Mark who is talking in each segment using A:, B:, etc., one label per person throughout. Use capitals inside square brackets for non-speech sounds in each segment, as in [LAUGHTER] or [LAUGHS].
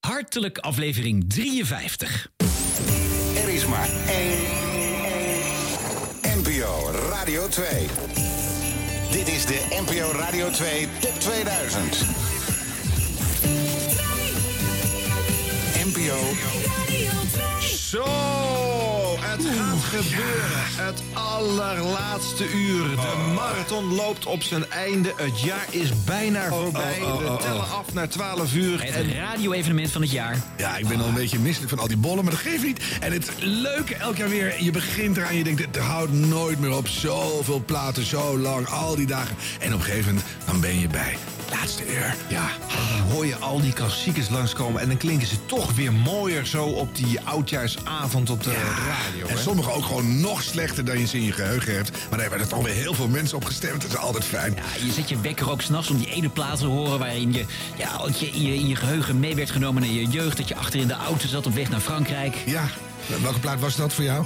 A: hartelijk aflevering 53.
B: Er is maar één. NPO Radio 2. Dit is de NPO Radio 2 Top 2000. NPO.
C: Zo, het gaat gebeuren. Het allerlaatste uur.
D: Oh,
C: De marathon loopt op zijn einde. Het jaar is bijna voorbij.
D: oh, oh,
C: We tellen af naar 12 uur.
A: Het radio-evenement van het jaar.
D: Ja, ik ben al een beetje misselijk van al die bollen, maar dat geeft niet. En het leuke elk jaar weer, je begint eraan, je denkt, het houdt nooit meer op. Zoveel platen, zo lang, al die dagen. En op een gegeven moment, dan ben je bij. Laatste uur.
C: Ja, ah, hoor je al die klassiekers langskomen en dan klinken ze toch weer mooier zo op die oudjaarsavond op de radio.
D: En
C: hè?
D: sommige ook gewoon nog slechter dan je ze in je geheugen hebt. Maar daar hebben er toch weer heel veel mensen op gestemd. Dat is altijd fijn.
A: Ja, je zet je wekker ook s'nachts om die ene plaat te horen waarin je, ja, dat je, in je in je geheugen mee werd genomen naar je jeugd. Dat je achter in de auto zat op weg naar Frankrijk.
D: Ja, welke plaat was dat voor jou?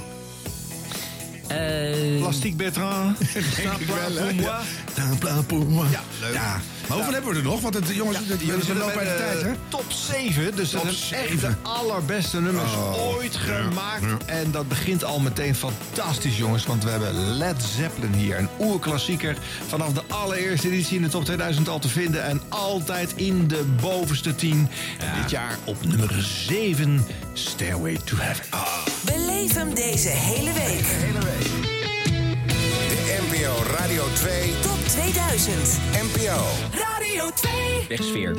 A: Eh,
C: Plastic
D: [LAUGHS]
C: Bertrand. Snap je? Voor moi.
D: Ja, Daar een plaat voor me.
C: Ja, leuk.
D: Ja. Maar hoeveel
C: Ja.
D: hebben we er nog? Want het, jongens, het-
C: Jullie
D: we zijn
C: zitten
D: wel bij de tijd, hè?
C: Top 7, dus
D: Top
C: dat zijn echt de
D: zeven.
C: allerbeste nummers
D: Oh,
C: ooit
D: ja,
C: gemaakt.
D: ja.
C: En dat begint al meteen fantastisch, jongens. Want we hebben Led Zeppelin hier. Een oerklassieker. Vanaf de allereerste editie in de top 2000 al te vinden. En altijd in de bovenste 10. En dit jaar op nummer 7, Stairway to Heaven. Ah,
E: Beleef hem deze hele week.
B: De NPO Radio 2.
E: Top 2000.
B: NPO.
E: Radio 2.
A: wegsfeer.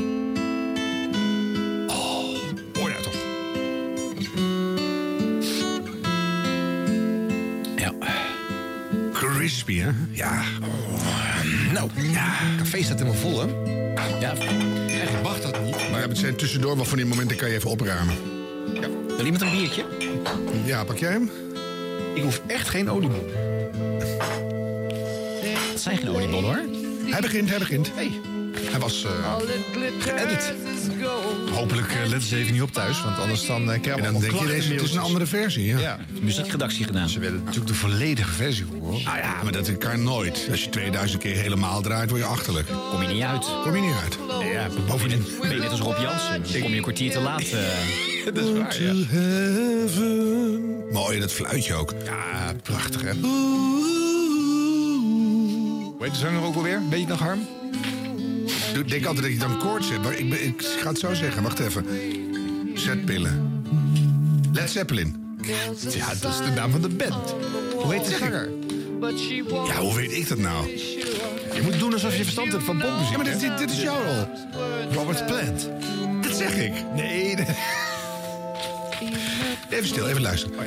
C: Hoor dat toch?
A: Ja.
D: Crispy, hè? Ja.
C: Nou, ja. café staat helemaal vol, hè?
A: ja.
C: Echt, mag dat niet?
D: Maar het zijn tussendoor wel van die momenten kan je even opruimen.
A: Wil iemand een biertje?
D: Ja, pak jij hem?
C: Ik hoef echt geen oliebol.
A: Het zijn geen oliebollen hoor.
D: Hij begint, hij begint.
C: Hey.
D: Hij was... eh,
C: Edit. Hopelijk eh, letten ze even niet op thuis, want anders dan eh, krijgen
D: en
C: we
D: dan denk je, deze, het is een andere versie, ja.
C: Ja, Nou
A: Muziekredactie gedaan.
C: ze willen natuurlijk de volledige versie hoor.
D: Ah ja, maar dat kan nooit. Als je 2000 keer helemaal draait, word je achterlijk.
A: Kom je niet uit.
D: Kom je niet uit.
A: Ja,
D: bovendien-
A: Ben je net als Rob Jansen. Dan kom je een kwartier te laat. eh.
C: Dat is waar, ja.
D: Mooi, dat fluitje ook.
C: Ja, prachtig hè. Hoe heet de zanger ook alweer? Weet je het nog, Harm?
D: Ik denk altijd dat je dan koorts hebt, maar ik, ben- ik ga het zo zeggen. Wacht even. Zetpillen. Led Zeppelin.
C: Ja, dat is de naam van de band. Hoe heet de zanger?
D: Ja, hoe weet ik dat nou?
C: Je moet doen alsof je verstand hebt van popmuziek.
D: Ja, maar dit, dit, dit is jouw rol.
C: Robert Plant.
D: Dat zeg ik. [LAUGHS]
C: Nee, dat-
D: Even stil, even luisteren. Oh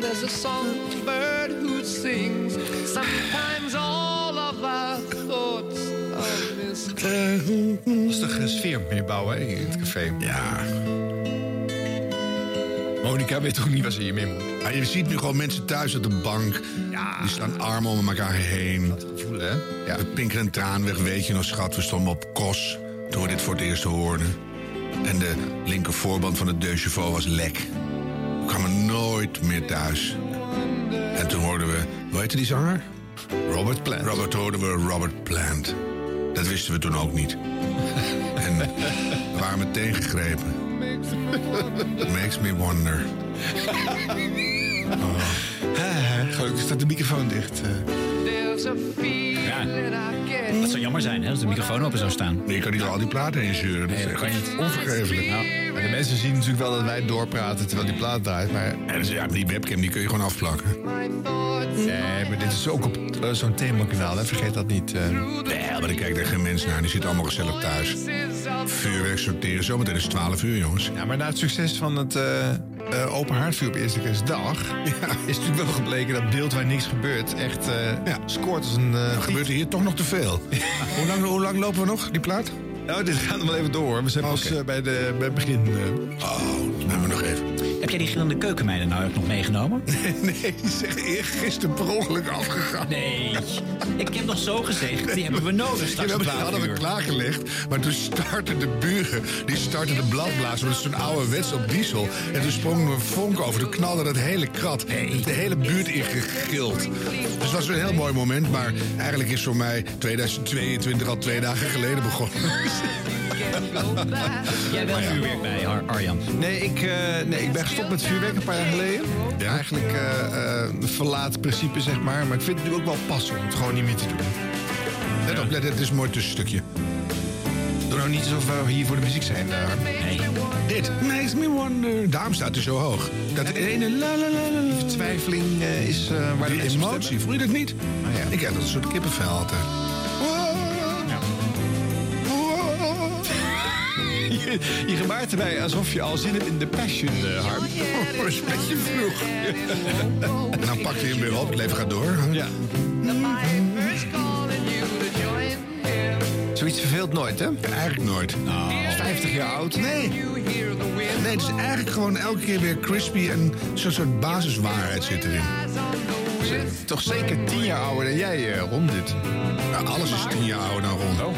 F: There's a songbird who sings. Sometimes all of our thoughts are missed.
C: lastige sfeer meebouwen hè, in het café.
D: Ja,
C: Monica weet ook niet waar ze je mee moet.
D: maar Ah, je ziet nu gewoon mensen thuis op de bank.
C: Ja.
D: Die slaan armen om elkaar heen.
C: Voelen, hè?
D: Ja. We pinken een traan weg, weet je nog schat. We stonden op Kos toen we dit voor het eerst hoorden. En de linker voorband van het Deuchevo was lek. We kwamen nooit meer thuis. En toen hoorden we, hoe heette die zanger?
C: Robert Plant.
D: Robert hoorden we Robert Plant. Dat wisten we toen ook niet. [LAUGHS] En we waren meteen gegrepen. It makes me wonder.
C: Ah, Gelukkig staat de microfoon dicht. eh.
F: There's a feeling I
A: Dat
F: get.
A: zou jammer zijn hè, als de microfoon open zou staan.
D: Je kan niet al die platen dus inzuren. Dat is
A: dat kan je
D: echt
A: niet.
D: onvergeeflijk.
C: de mensen zien natuurlijk wel dat wij doorpraten terwijl die plaat draait. Maar,
D: En ze- ja, die webcam die kun je gewoon afplakken.
F: My thoughts
C: nee, maar dit is ook op eh, zo'n themakanaal, hè? vergeet dat niet. eh.
D: Nee, maar dan kijkt er geen mens naar. Die zitten allemaal gezellig thuis.
F: is of
D: Vuurwerk sorteren. Zometeen is het 12 uur, jongens.
C: Ja, maar na het succes van het eh, eh, Open Haardvuur op Eerste Kerstdag... is natuurlijk wel gebleken dat beeld waar niks gebeurt echt eh,
D: Ja.
C: scoort als een... eh,
D: Dan gebeurt er hier toch nog te veel. hoe, lang, hoe lang lopen we nog, die plaat?
C: Nou, dit gaat nog wel even door. We zijn pas
D: Oké.
C: eh, bij, de, bij het begin. eh.
D: Oh, dan hebben we nog even.
A: Heb jij die gillende keukenmeiden nou ook nog meegenomen?
D: [LAUGHS] Nee, die zeg gisteren per ongeluk afgegaan.
A: Nee. Ik heb nog zo gezegd. Die hebben we nodig
D: Ja, we
A: straks om
D: hebben- die
A: 12
D: hadden we
A: uur.
D: klaargelegd, maar toen startten de buren, die startten de bladblazen, want het is zo'n ouderwets op diesel. En toen sprong er een vonk over, toen knalde dat hele krat, de hele buurt ingegild. Dus dat was een heel
C: [LAUGHS]
D: mooi moment, maar eigenlijk is voor mij 2022 al twee dagen geleden begonnen.
F: can go back.
A: Jij
D: Oh,
A: wel vuurwerk bij, Ar- Arjan.
C: Nee ik, eh, nee, ik ben gestopt met vuurwerk een paar jaar geleden.
D: Ja.
C: Eigenlijk eh, eh, verlaat principe, zeg maar. Maar ik vind het nu ook wel passen om het gewoon niet meer te doen.
D: Let op, let, dit is een mooi tussenstukje.
C: Doe nou niet alsof we hier voor de muziek zijn. daar.
D: Dit makes me wonder. Daarom staat hij zo hoog. Dat ene la la la la la.
C: Twijfeling eh, is eh, waar de
D: Die
C: mensen op
D: emotie, voel je dat niet?
C: Ah, ja.
D: Ik heb dat soort kippenvel altijd.
C: stemmen. [LAUGHS] Je, je gebaart erbij alsof je al zin hebt in de passion, eh, [LAUGHS] Harm.
D: Oh, is een beetje vroeg. En dan pak je hem weer op, het leven gaat door.
C: Ja.
F: First calling you to join him.
C: Zoiets verveelt nooit, hè? Nou.
D: Eigenlijk nooit.
C: 50 jaar oud.
D: Nee. Nee, het is eigenlijk gewoon elke keer weer crispy en zo'n soort basiswaarheid zit erin.
C: Toch zeker 10 jaar ouder dan jij, eh, Ron, dit. Oh.
D: Nou, alles is tien jaar ouder dan Ron.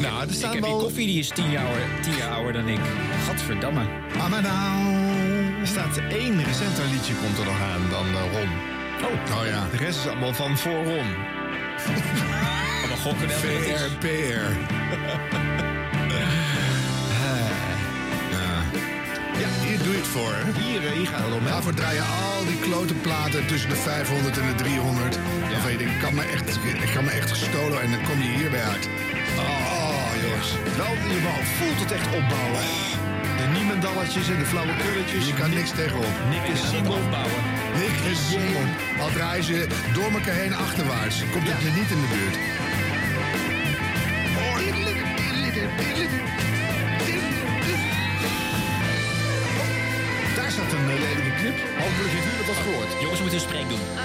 C: Nou, er
A: Ik
C: staan
A: heb die
C: wel...
A: koffie, die is tien jaar, ouder- tien jaar ouder dan ik. Gadverdamme.
D: Maar nou.
C: Er staat één recenter liedje komt er nog aan dan eh, Ron.
D: Oh ja.
C: De rest is allemaal van voor Ron.
A: Allemaal gokken wel.
C: [LAUGHS]
D: VRPR. Ja. Ja, hier doe je het voor. hè?
C: Hier, eh, hier gaat het om. hè?
D: Daarvoor draai je Nou, al die klote platen tussen de 500 en de 300. Waarvan je denkt, ik kan me echt, ik kan me echt gestolen en dan kom je hierbij uit. Oh, jongens.
C: Wel, je wel voelt het echt opbouwen. De niemendalletjes en de flauwe kulletjes.
D: Je kan niks tegenop.
C: Nick en Simon.
A: opbouwen.
D: Nick en Simon. Al draaien ze door elkaar heen achterwaarts. Komt het je niet in de buurt.
C: Oh, Daar staat een eh, lelijke clip. Hopelijk heeft u dat wat gehoord.
A: Jongens, we moeten een spreek doen.
D: Eh.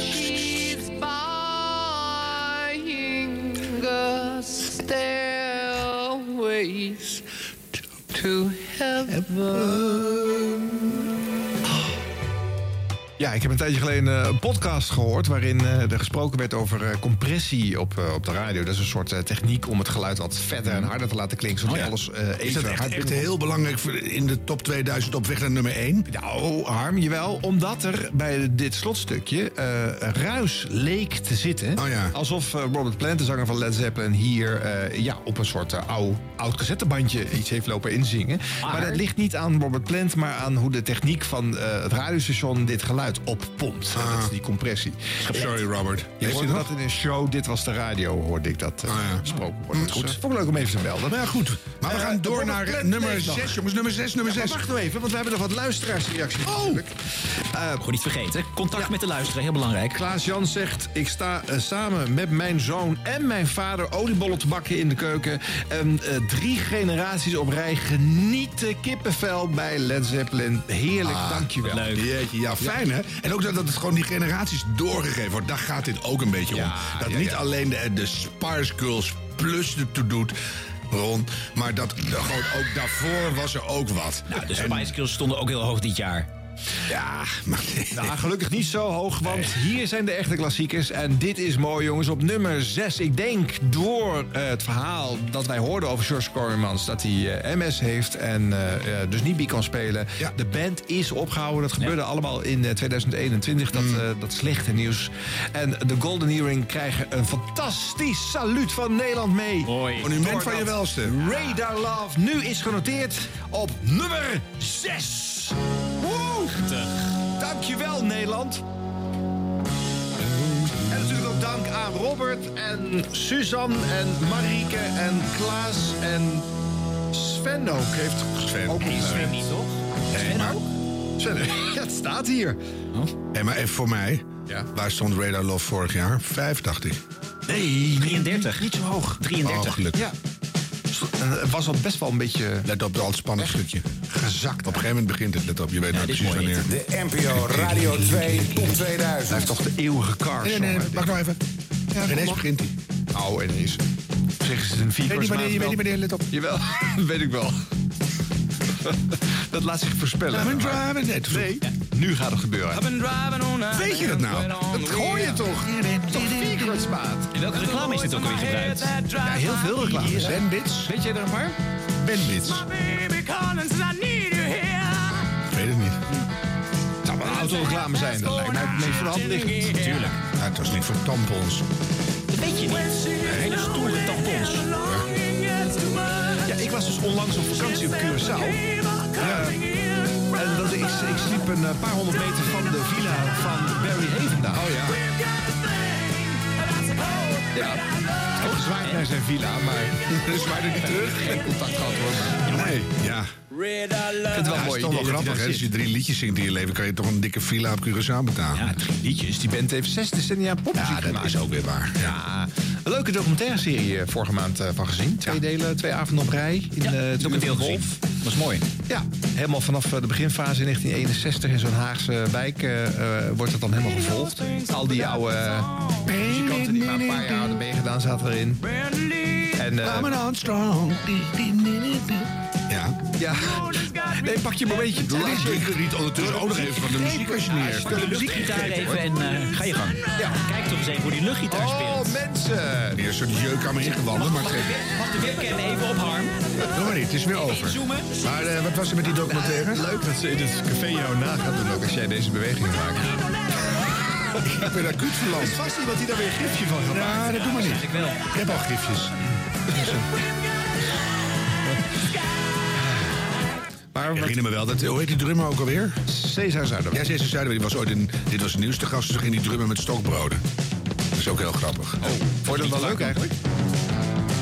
F: She's buying the stairways to heaven.
C: Ja, ik heb een tijdje geleden eh, een podcast gehoord... waarin eh, er gesproken werd over eh, compressie op, eh, op de radio. Dat is een soort eh, techniek om het geluid wat verder en harder te laten klinken... zodat
A: Oh ja.
C: alles eh
D: Is dat
C: even
D: echt,
C: hard
D: echt heel belangrijk voor in de top 2000 op weg naar nummer 1?
C: Nou, Harm, jawel. Omdat er bij dit slotstukje eh, ruis leek te zitten.
D: Oh ja.
C: Alsof eh, Robert Plant, de zanger van Led Zeppelin... hier eh, ja, op een soort eh, ouw- oud cassettebandje iets heeft lopen inzingen. Maar, dat ligt niet aan Robert Plant... maar aan hoe de techniek van eh, het radiostation dit geluid oppompt. Dat is die compressie.
D: Ah. Sorry, Robert.
C: Oh, Je
D: Heeft
C: hoorde
D: hij
C: dat
D: dat?
C: in een show, dit was de radio, hoorde ik dat eh,
D: Ah, ja.
C: gesproken worden. Dus, eh, vond ik leuk om even te melden.
D: Nou ja, goed. Maar we
C: Eh,
D: gaan door
C: Robert
D: naar
C: Plant
D: nummer
C: leeft nog.
D: 6, jongens. Nummer 6, nummer
C: Ja, maar
D: 6.
C: wacht nou even, want we hebben nog wat luisteraarsreacties. natuurlijk.
A: Gewoon niet vergeten. Contact met de luisteraar, heel belangrijk.
C: Klaas Jan zegt, ik sta eh, samen met mijn zoon en mijn vader oliebollen te bakken in de keuken. En eh, drie generaties op rij genieten kippenvel bij Led Zeppelin. Heerlijk, dankjewel.
A: wat leuk.
D: Jeetje, ja, fijn hè? En ook dat, dat het gewoon die generaties doorgegeven wordt. Daar gaat dit ook een beetje
C: Ja,
D: om. Dat
C: ja,
D: niet
C: ja.
D: alleen de, de Spice Girls plus ertoe doet, Ron. Maar dat dat gewoon ook daarvoor was er ook wat.
A: Nou, de Spice Girls stonden ook heel hoog dit jaar.
D: Ja, [LAUGHS] maar nee.
C: Nou, gelukkig niet zo hoog, want hier zijn de echte klassiekers. En dit is mooi, jongens. Op nummer 6. Ik denk door eh, het verhaal dat wij hoorden over George Corymans... dat hij eh, MS heeft en eh, eh, dus niet meer kan spelen.
D: Ja.
C: De band is opgehouden. Dat gebeurde allemaal in eh, 2021,
D: Mm.
C: dat, eh, dat slechte nieuws. En de Golden Earring krijgen een fantastisch saluut van Nederland mee.
A: Mooi.
D: Monument van
C: Doordat
D: je welste.
C: Radar Love nu is genoteerd op nummer 6. Woe! Dankjewel Nederland. En natuurlijk ook dank aan Robert en Suzanne en Marieke en Klaas en Sven ook. Heeft
D: Sven.
C: ook
D: Nee,
C: Sven.
A: niet, toch?
D: Hey, Eh, maar,
C: [LAUGHS] Ja, het staat hier.
D: hey, maar even voor mij.
C: Ja.
D: Waar stond Radar Love vorig jaar? Vijf, dacht ik. Eh,
C: Nee,
A: 33.
C: Niet zo hoog.
A: 33.
D: Oh, gelukkig.
C: Ja. En Het was al best wel een beetje...
D: Let op, dat spannend stukje. Gezakt. Op een gegeven moment begint het, let op. Je weet nou
A: dit is
D: precies
A: mooi,
D: wanneer.
B: De NPO Radio 2 Top 2000.
C: Toch de eeuwige cars.
D: Nee, nee, nee, wacht nou even. Ja, ineens
C: maar.
D: begint hij. Nou,
C: Oh, en is. Zeggen ze een vier
D: Weet niet wanneer, je weet niet
C: maand
D: wanneer, let op.
C: wel- Jawel, [LAUGHS] weet ik wel. Dat laat zich voorspellen.
D: I'm driving it.
C: Nee, nu gaat het gebeuren.
D: Weet je dat nou?
C: Dat gooi je toch? Toch vier kwartsmaat.
A: En welke reclame is dit ook alweer gebruikt?
D: Eh,
C: Ja, heel veel reclames. hè?
D: Bandits?
C: Weet nou, jij er een paar?
D: Bandits. Ik weet het niet.
C: Het zou wel een autoreclame zijn. Dat lijkt mij niet voor de hand liggend.
A: Tuurlijk.
D: Ja, het was niet voor tampons.
A: Dat weet je niet. Hele stoere tampons.
C: Ja, ik was dus onlangs op vakantie op Curaçao. Ja. En dat, ik, ik sliep een eh, paar honderd meter van de villa van Barry Hevenaar. Oh ja. Ja, ook gezwaaid naar zijn villa, maar [LAUGHS] dus zwaaide niet terug. Geen contact gehad hoor.
D: Nee, ja.
C: Ik vind het wel
D: Ja,
C: een
D: dat
C: mooi
D: is
C: idee
D: toch wel
C: dat hij
D: grappig,
C: daar
D: hè? Als je
C: zit.
D: drie liedjes zingt in je leven, kan je toch een dikke villa op Curaçao betalen.
A: Ja, drie liedjes.
C: Dus die band heeft zes decennia popmuziek
D: Ja, dat
C: gemaakt.
D: is ook weer waar. Ja.
C: Ja, een leuke documentaire serie eh, vorige maand eh, van gezien. Twee delen, twee avonden op rij. In,
A: Ja,
C: eh, het
A: ook een
C: Uur
A: deel
C: van
A: gezien.
C: Wolf.
A: Dat is mooi.
C: Ja, helemaal vanaf eh, de beginfase in 1961 in zo'n Haagse wijk eh, eh, wordt dat dan helemaal gevolgd. Al die oude eh, muzikanten die maar een paar jaar hadden meegedaan zaten erin. En eh, ja,
D: Ja.
C: nee, pak je een momentje.
D: Laat je er niet ondertussen ook nog even van de muziek als je neer.
A: Stel de luchtgitaar even en eh, ga je gang. Kijk toch eens even hoe die luchtgitaar
C: Oh,
A: speelt.
C: mensen!
D: Eerst een soort jeuk aan me ingewanden, maar het geeft-
A: Mag de webcam even op, Harm?
D: Doe maar niet, het is weer over.
A: Inzoomen.
D: Maar eh, wat was er met die documentaire?
C: Eh, Leuk dat ze in het café jou na gaat doen ook als jij deze beweging maakt.
D: Ik ben acuut verlamd.
C: Vast iemand die daar weer een gifje van gaat
D: Ja, dat doe maar niet.
A: Ik wel.
D: Ik heb al gifjes.
C: Maar
D: Ik
C: wat
D: herinner me wel, dat, hoe heet die drummer ook alweer?
C: Cesar Zuiderwijk.
D: Ja, Cesar Zuiderwijk, die was ooit in, dit was nieuws te gast, dus ging die drummen met stokbroden. Dat is ook heel grappig. Oh,
C: Vond je dat wel leuk eigenlijk?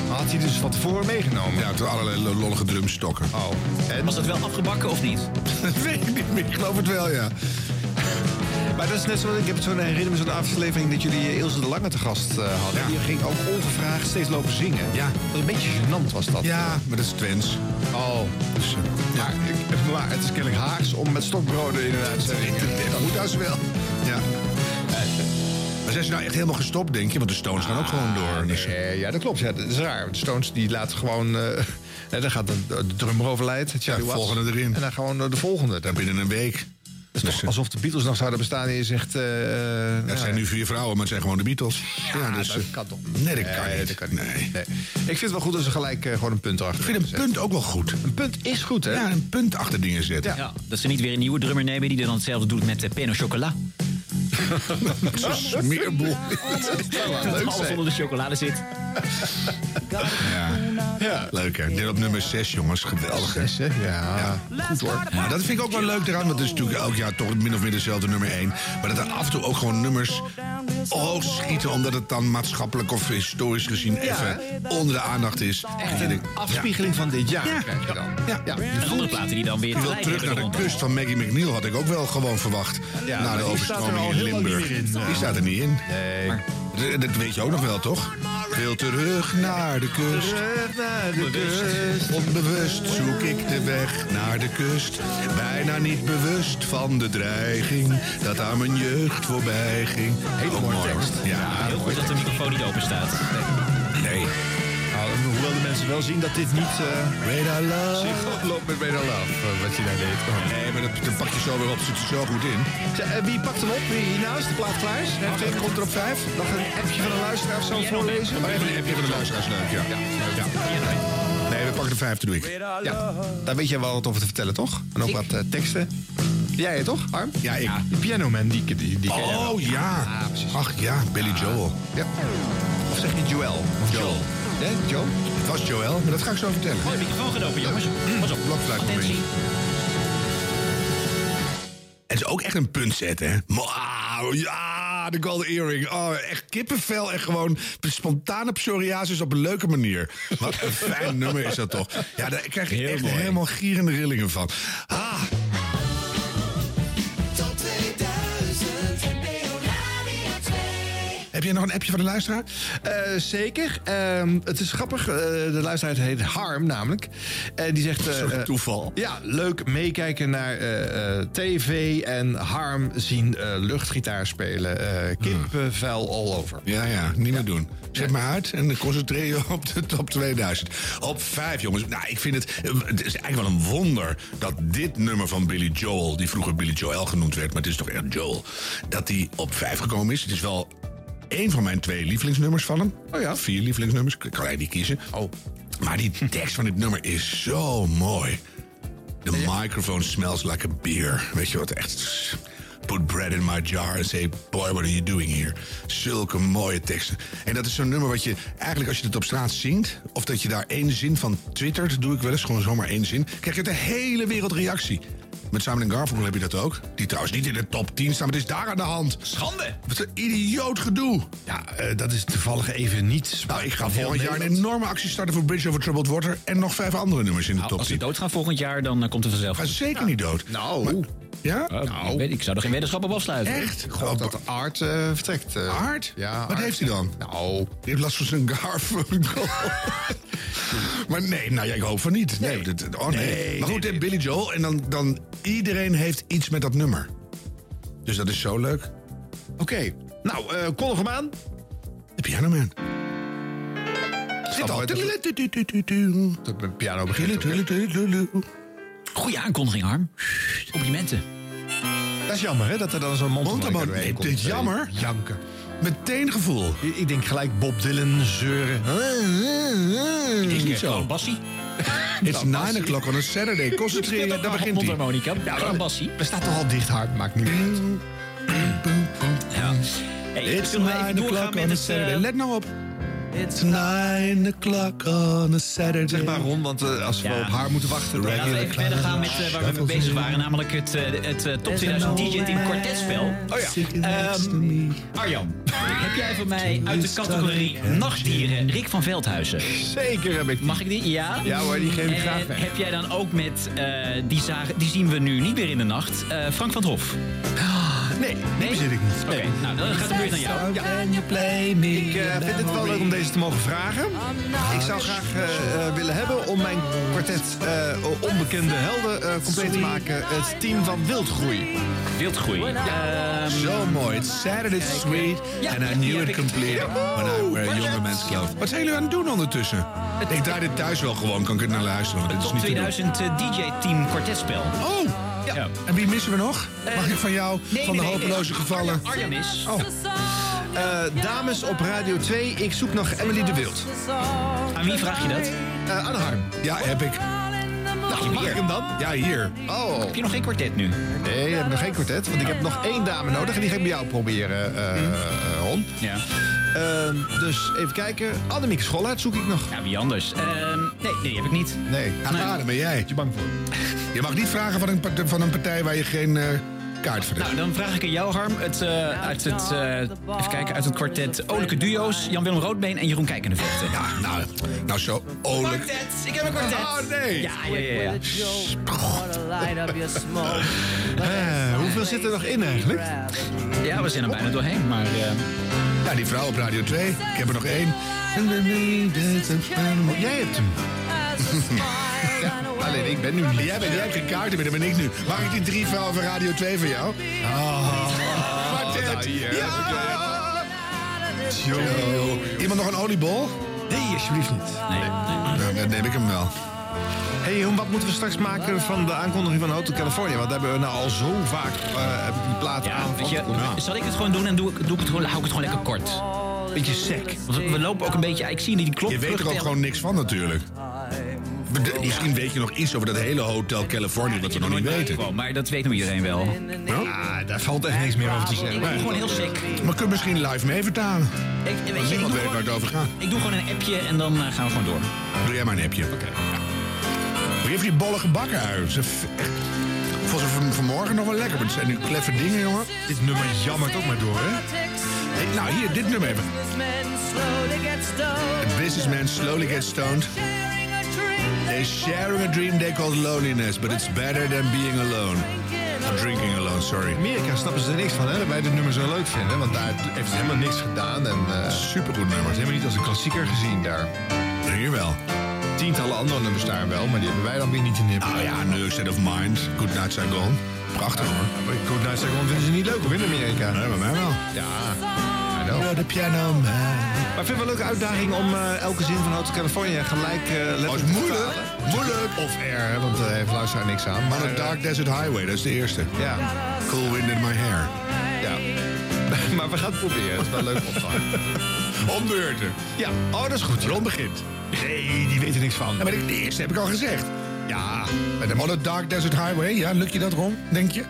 C: Had hij dus van tevoren meegenomen?
D: Ja, het waren allerlei lo- lollige drumstokken.
C: Oh, en?
A: Was dat wel afgebakken of niet?
D: [LAUGHS] Dat weet ik niet meer, ik geloof het wel, ja.
C: Maar dat is net zo, ik heb zo'n herinner me zo'n aflevering dat jullie eh, Ilse de Lange te gast eh, hadden.
D: Ja.
C: Die ging ook ongevraagd steeds lopen zingen.
D: Ja.
C: Wat een beetje gênant was dat.
D: Ja, maar dat is Twens.
C: Oh.
D: Dus, eh,
C: Maar, ik- maar het is kennelijk haags om met stokbroden in een uitzending.
D: dat moet als wel. Ja. Maar zijn ze nou echt helemaal gestopt, denk je? Want de Stones gaan ook gewoon door. Dus-
C: Eh, ja, dat klopt. Ja, dat is raar. De Stones die laten gewoon... eh [LAUGHS] nee, dan gaat de, de drummer overlijdt. Het Charlie
D: Ja,
C: Watts.
D: volgende erin.
C: En dan gewoon eh, de volgende.
D: Dan
C: Dat
D: binnen een week.
C: is toch
D: Dus, eh,
C: alsof de Beatles nog zouden bestaan en je zegt... eh,
D: Het
C: ja,
D: zijn nu vier vrouwen, maar het zijn gewoon de Beatles. Ja, dus,
C: dat
D: eh,
C: kan toch niet?
D: Nee, dat kan
C: Nee,
D: niet.
C: dat kan
D: Nee.
C: Nee. Ik vind het wel goed als ze gelijk eh, gewoon een punt erachter
D: Ik vind een
C: zetten.
D: punt ook wel goed.
C: Een punt is goed, hè?
D: Ja, een punt achter dingen zetten.
A: Ja, dat ze niet weer een nieuwe drummer nemen die dan hetzelfde doet met eh, pen of chocola.
D: Zo'n smeerboel.
C: zou
A: Dat alles onder de chocolade zit.
D: Ja. Leuk hè. Dit op nummer 6, jongens. Geweldig hè.
C: Zes, hè? Ja. Goed hoor.
D: Maar dat vind ik ook wel leuk eraan, want het is natuurlijk elk jaar toch min of meer dezelfde nummer 1. Maar dat er af en toe ook gewoon nummers hoog schieten, omdat het dan maatschappelijk of historisch gezien even onder de aandacht is.
C: Echt
D: En je
C: een
D: denkt,
C: afspiegeling van dit jaar
D: Ja.
C: krijg je dan.
D: Ja. Ja.
C: Je
A: En andere platen die dan weer
D: Je
A: te
D: wil
A: lijken
D: terug naar de
A: hebben
D: kust van Maggie McNeil, had ik ook wel gewoon verwacht.
C: Ja,
D: na
C: maar
D: de
C: die staat er al
D: overstroming in
C: heel lang
D: Limburg.
C: niet meer in.
D: Die staat er niet in.
C: Nee.
D: Dat- Dat weet je ook nog wel, toch? Wil terug naar de kust.
C: Terug naar de kust.
D: Onbewust, onbewust zoek ik de weg naar de kust. Bijna niet bewust van de dreiging dat aan mijn jeugd voorbij ging. Hele
C: mooie tekst.
D: Ja,
A: Heel goed dat de microfoon niet open staat.
D: nee.
C: Nou, hoewel de mensen wel zien dat dit niet... eh
D: Radar love.
C: zich oploopt met Better Love, eh, wat je daar deed.
D: Nee, maar dat, dat pak je zo weer op. Zit er zo goed in.
C: Zeg, eh, wie pakt hem op? Wie hierna is de plaat klaar? is? Heeft hij- komt er op vijf? Nog een appje van een luisteraar of zo voorlezen?
D: Maar even een appje van de luisteraars leuk, ja. ja. Nee, we pakken de vijfde, doe ik.
C: Ja, daar weet jij wel wat over te vertellen, toch? En ook wat eh, teksten. Jij toch, Arm?
D: Ja, ik.
C: Die Pianoman, die, die, die ken jij wel.
D: Oh ja. Ach ja, Billy Joel.
C: Ja. Of zeg je Joel? Of
D: Joel.
C: Hè, Joel?
D: Het was Joel, maar dat ga ik zo vertellen.
A: Mooi, microfoon gaat open, jongens. Pas op.
D: Blokfluit nog
A: Attentie.
D: Het is ook echt een punt zetten, hè? Wauw, ja, de Golden Earring. Oh, echt kippenvel en gewoon spontane psoriasis op een leuke manier. Wat
A: [LAUGHS]
D: een fijn nummer is dat toch? Ja, daar krijg je
A: Heel
D: echt
A: mooi.
D: helemaal gierende rillingen van. Ah, heb jij nog een appje van de luisteraar?
C: Eh, zeker. Ehm, het is grappig. eh, de luisteraar heet Harm namelijk. En die zegt... eh, eh,
D: toeval.
C: ja, leuk meekijken naar eh, eh, tv en Harm zien eh, luchtgitaar spelen. eh kippenvel all over.
D: Ja, ja, niet meer doen. Zet maar uit en dan concentreer je op de top 2000. Op 5, jongens. Nou, ik vind het... Het is eigenlijk wel een wonder dat dit nummer van Billy Joel... die vroeger Billy Joel genoemd werd, maar het is toch echt Joel... dat die op 5 gekomen is. Het is wel één van mijn twee lievelingsnummers van hem. Oh ja? Vier lievelingsnummers. Ik kan hij niet kiezen. Oh. Maar die tekst van dit nummer is zo mooi. The microphone smells like a beer. Weet je wat? Echt... put bread in my jar and say, boy, what are you doing here? Zulke mooie teksten. En dat is zo'n nummer wat je eigenlijk als je het op straat zingt... of dat je daar één zin van twittert, dat doe ik wel eens, gewoon zomaar één zin... krijg je de hele wereld reactie. Met Simon Garfunkel heb je dat ook. Die trouwens niet in de top 10 staan, maar het is daar aan de hand.
A: Schande!
D: Wat een idioot gedoe.
C: Ja, eh, dat is toevallig even niet.
D: Nou, ik ga
C: Heel
D: volgend jaar een
C: Nederland.
D: enorme actie starten voor Bridge Over Troubled Water... en nog vijf andere nummers in de
A: Nou,
D: top
A: als ze
D: 10.
A: doodgaan volgend jaar, dan eh, komt het vanzelf.
D: Gaan ze zeker niet dood.
C: Nou,
D: Maar- ja?
A: Eh, ik, weet- ik zou er geen weddenschap op afsluiten.
D: nou. Echt?
C: ik
D: Oh,
C: hoop dat de Art eh, vertrekt. eh.
D: Aard?
C: Ja.
D: Wat
C: Aard.
D: heeft hij dan?
C: Nou,
D: Je hebt last van zijn Garfunkel. [LAUGHS] maar nee, nou ja, ik hoop van niet. Nee,
C: Nee.
D: dat- oh nee.
C: Nee,
D: maar goed,
C: nee,
D: en Billy Joel. En dan, dan iedereen heeft iets met dat nummer. Dus dat is zo leuk.
C: oké. Nou, eh kondig hem aan.
D: De Piano Man. Zit al.
C: nooit Dat met piano begint.
A: Goeie aankondiging, Harm. Complimenten.
C: Dat is jammer, hè? Dat er dan zo'n mondharmonica
D: Mondharmonica,
C: doorheen komt.
D: dit- dit jammer.
C: Eh, Janken.
D: Meteen gevoel.
C: Ik ik denk gelijk Bob Dylan, zeuren.
A: Is
D: niet zo.
A: Bassie.
D: It's 9 o'clock on a
C: [LAUGHS]
D: Saturday. Concentreer je, daar begint hij.
A: Mondharmonica. Gewoon Nou, Bassie.
C: We staan toch al dicht hard, maakt niet uit.
A: Ja. Hey,
D: It's
A: zullen we even
D: 9
A: doorgaan
D: o'clock
A: met
D: on a
A: het...
D: Saturday.
A: eh,
D: Let nou op. It's 9 o'clock on a Saturday.
C: Zeg maar Ron, want eh, als we
A: Ja.
C: op haar moeten wachten... dan-
A: Laten we even verder gaan met eh, waar we mee bezig waren. Namelijk het, eh, het eh, top 2000 DJ Team kwartetspel.
D: Oh ja.
A: Ehm, Arjan, heb jij van mij uit de categorie nachtdieren Rick van Veldhuizen?
C: Zeker heb ik die.
A: Mag ik die? Ja.
C: Ja hoor, die geef ik
A: En
C: graag weg.
A: heb jij dan ook met, eh, die, zagen, die zien we nu niet meer in de nacht, eh, Frank van het Hof?
D: Ah,
C: Nee, die bezit ik niet.
A: Oké, nou dan gaat de beurt aan jou.
C: Ik eh, vind het wel leuk om deze te mogen vragen. Ik zou graag eh, eh, willen hebben om mijn kwartet eh, onbekende helden eh, compleet te maken. Het team van Wildgroei.
A: Wildgroei. Ehm,
D: Zo mooi. It's Saturday sweet
A: Ja,
D: and I
A: die heb
D: knew
A: ik.
D: it complete when I were a younger man's love. Wat zijn jullie aan het doen ondertussen? Ik draai dit thuis wel gewoon, kan ik het naar luisteren. want Dit is
A: top
D: niet te doen.
A: 2000 eh, DJ Team kwartetspel.
D: Oh,
A: Ja.
D: ja. En wie missen we nog? Mag ik van jou,
A: Nee,
D: van de
A: nee, Oh nee,
D: hopeloze
A: nee.
D: gevallen? Oh.
A: Arjan- Arjan is.
C: Eh, dames op Radio 2, ik zoek nog Emily de Wild.
A: Aan wie vraag je dat?
C: Eh aan Harm.
D: Ja, heb ik.
A: Dacht je
C: Mag ik
A: weer.
C: hem dan?
D: Ja, hier.
C: Oh,
A: Heb je nog geen kwartet nu?
C: nee, ik heb nog geen kwartet. Want ik heb nog één dame nodig en die ga ik bij jou proberen, eh eh, Ron.
A: Ja.
C: Eh, dus even kijken. Annemiek Schollaert zoek ik nog.
A: Ja, wie anders? Ehm, nee, nee, die heb ik niet.
C: Nee,
D: Aan
C: daar
D: raden ben jij.
C: ben je bang voor.
D: Je mag niet vragen van een, part- van een partij waar je geen eh, kaart voor hebt.
A: Nou, dan vraag ik aan jou, Harm. Het, eh, uit het, eh, even kijken, uit het kwartet Olijke Duo's, Jan-Willem Roodbeen en Jeroen Kijkendevechten. Ja,
D: Ah, nou, nou zo olijk.
A: kwartet! Ik heb een kwartet!
D: Oh, nee.
A: Ja, ja, ja. ja.
C: Eh, hoeveel zit er nog in eigenlijk?
A: Ja, we zijn er bijna doorheen, maar... eh,
C: Nou,
D: Ja, die vrouw op Radio 2. Ik heb er nog één.
C: Jij hebt hem. Alleen ik ben nu niet.
D: Jij, bent, jij hebt geen kaarten meer, dat ben ik nu. Mag ik die drie vrouwen van Radio 2 van jou? Oh,
C: Ah. nou, hier.
D: ja! Yo. Iemand nog een oliebol?
C: Nee, alsjeblieft niet.
A: nee, nee.
D: Nou, dan neem ik hem wel.
C: Hé, hey, wat moeten we straks maken van de aankondiging van Hotel California? Want daar hebben we nou al zo vaak eh, heb ik die plaat
A: Ja,
C: aan.
A: weet je,
C: afgekondigd.
A: zal ik het gewoon doen en doe ik, doe ik het gewoon, hou ik het gewoon lekker kort?
C: beetje sec.
A: Want we- we lopen ook een beetje... Ik zie die klop
D: Je weet er ook
A: terugtellen.
D: gewoon niks van natuurlijk. De- Misschien weet je nog iets over dat hele Hotel California wat we nog niet weten.
A: Gewoon, Maar dat weet nog iedereen wel. Ik
C: Ah, daar valt echt niks meer over te zeggen.
A: doe gewoon heel sick.
D: Maar kun je misschien live mee vertalen?
A: Ik, weet je,
D: Want
A: ik doe
D: niemand weet
A: gewoon-
D: waar het over gaat.
A: ik doe gewoon een appje en dan eh, gaan we gewoon door.
D: Doe jij maar een appje. Oké. Wie heeft die bollige bakken uit? Ze f- echt- Vond ze van, vanmorgen nog wel lekker, maar het zijn nu kleffe dingen, jongen.
C: Dit nummer jammert ook maar door, hè?
D: Hey, nou, hier, dit nummer even. The businessman slowly gets stoned. They sharing a dream they call loneliness, but it's better than being alone. Or drinking alone, sorry.
C: Amerika snappen ze er niks van, hè? Dat wij dit nummer zo leuk vinden. Want daar heeft het helemaal niks gedaan. En eh, het
D: Supergoed nummer.
C: is helemaal niet als een klassieker gezien daar.
D: Hier wel.
C: Tientallen andere nummers daar wel, maar die hebben wij dan weer niet in de
D: Nou ja, no state of mind. Good night, Saigon. Prachtig hoor.
C: Good Night Saigon nou vinden ze niet leuk, hoor, in Amerika.
D: Nee, bij mij wel.
C: Ja, I know.
D: De piano man.
C: Maar ik vind het wel een leuke uitdaging om eh, elke zin van Hotel California gelijk eh letterlijk
D: Oh,
C: te
D: is moeilijk.
C: vertalen.
D: Moeilijk.
C: Of air, hè, want daar heeft luisteraar niks aan.
D: On a
C: eh,
D: dark desert highway, dat is de eerste.
C: ja,
D: Cool wind in my hair.
C: ja. [LAUGHS] maar we gaan het proberen. Het is wel leuk opgaan.
D: Om beurten.
C: Ja, oh, dat is goed. Ron begint. Nee, die weet er niks van.
D: Ja, maar ik- de eerste heb ik al gezegd.
C: Ja,
D: Met de On a dark desert highway, ja, lukt je dat, Ron? Denk je?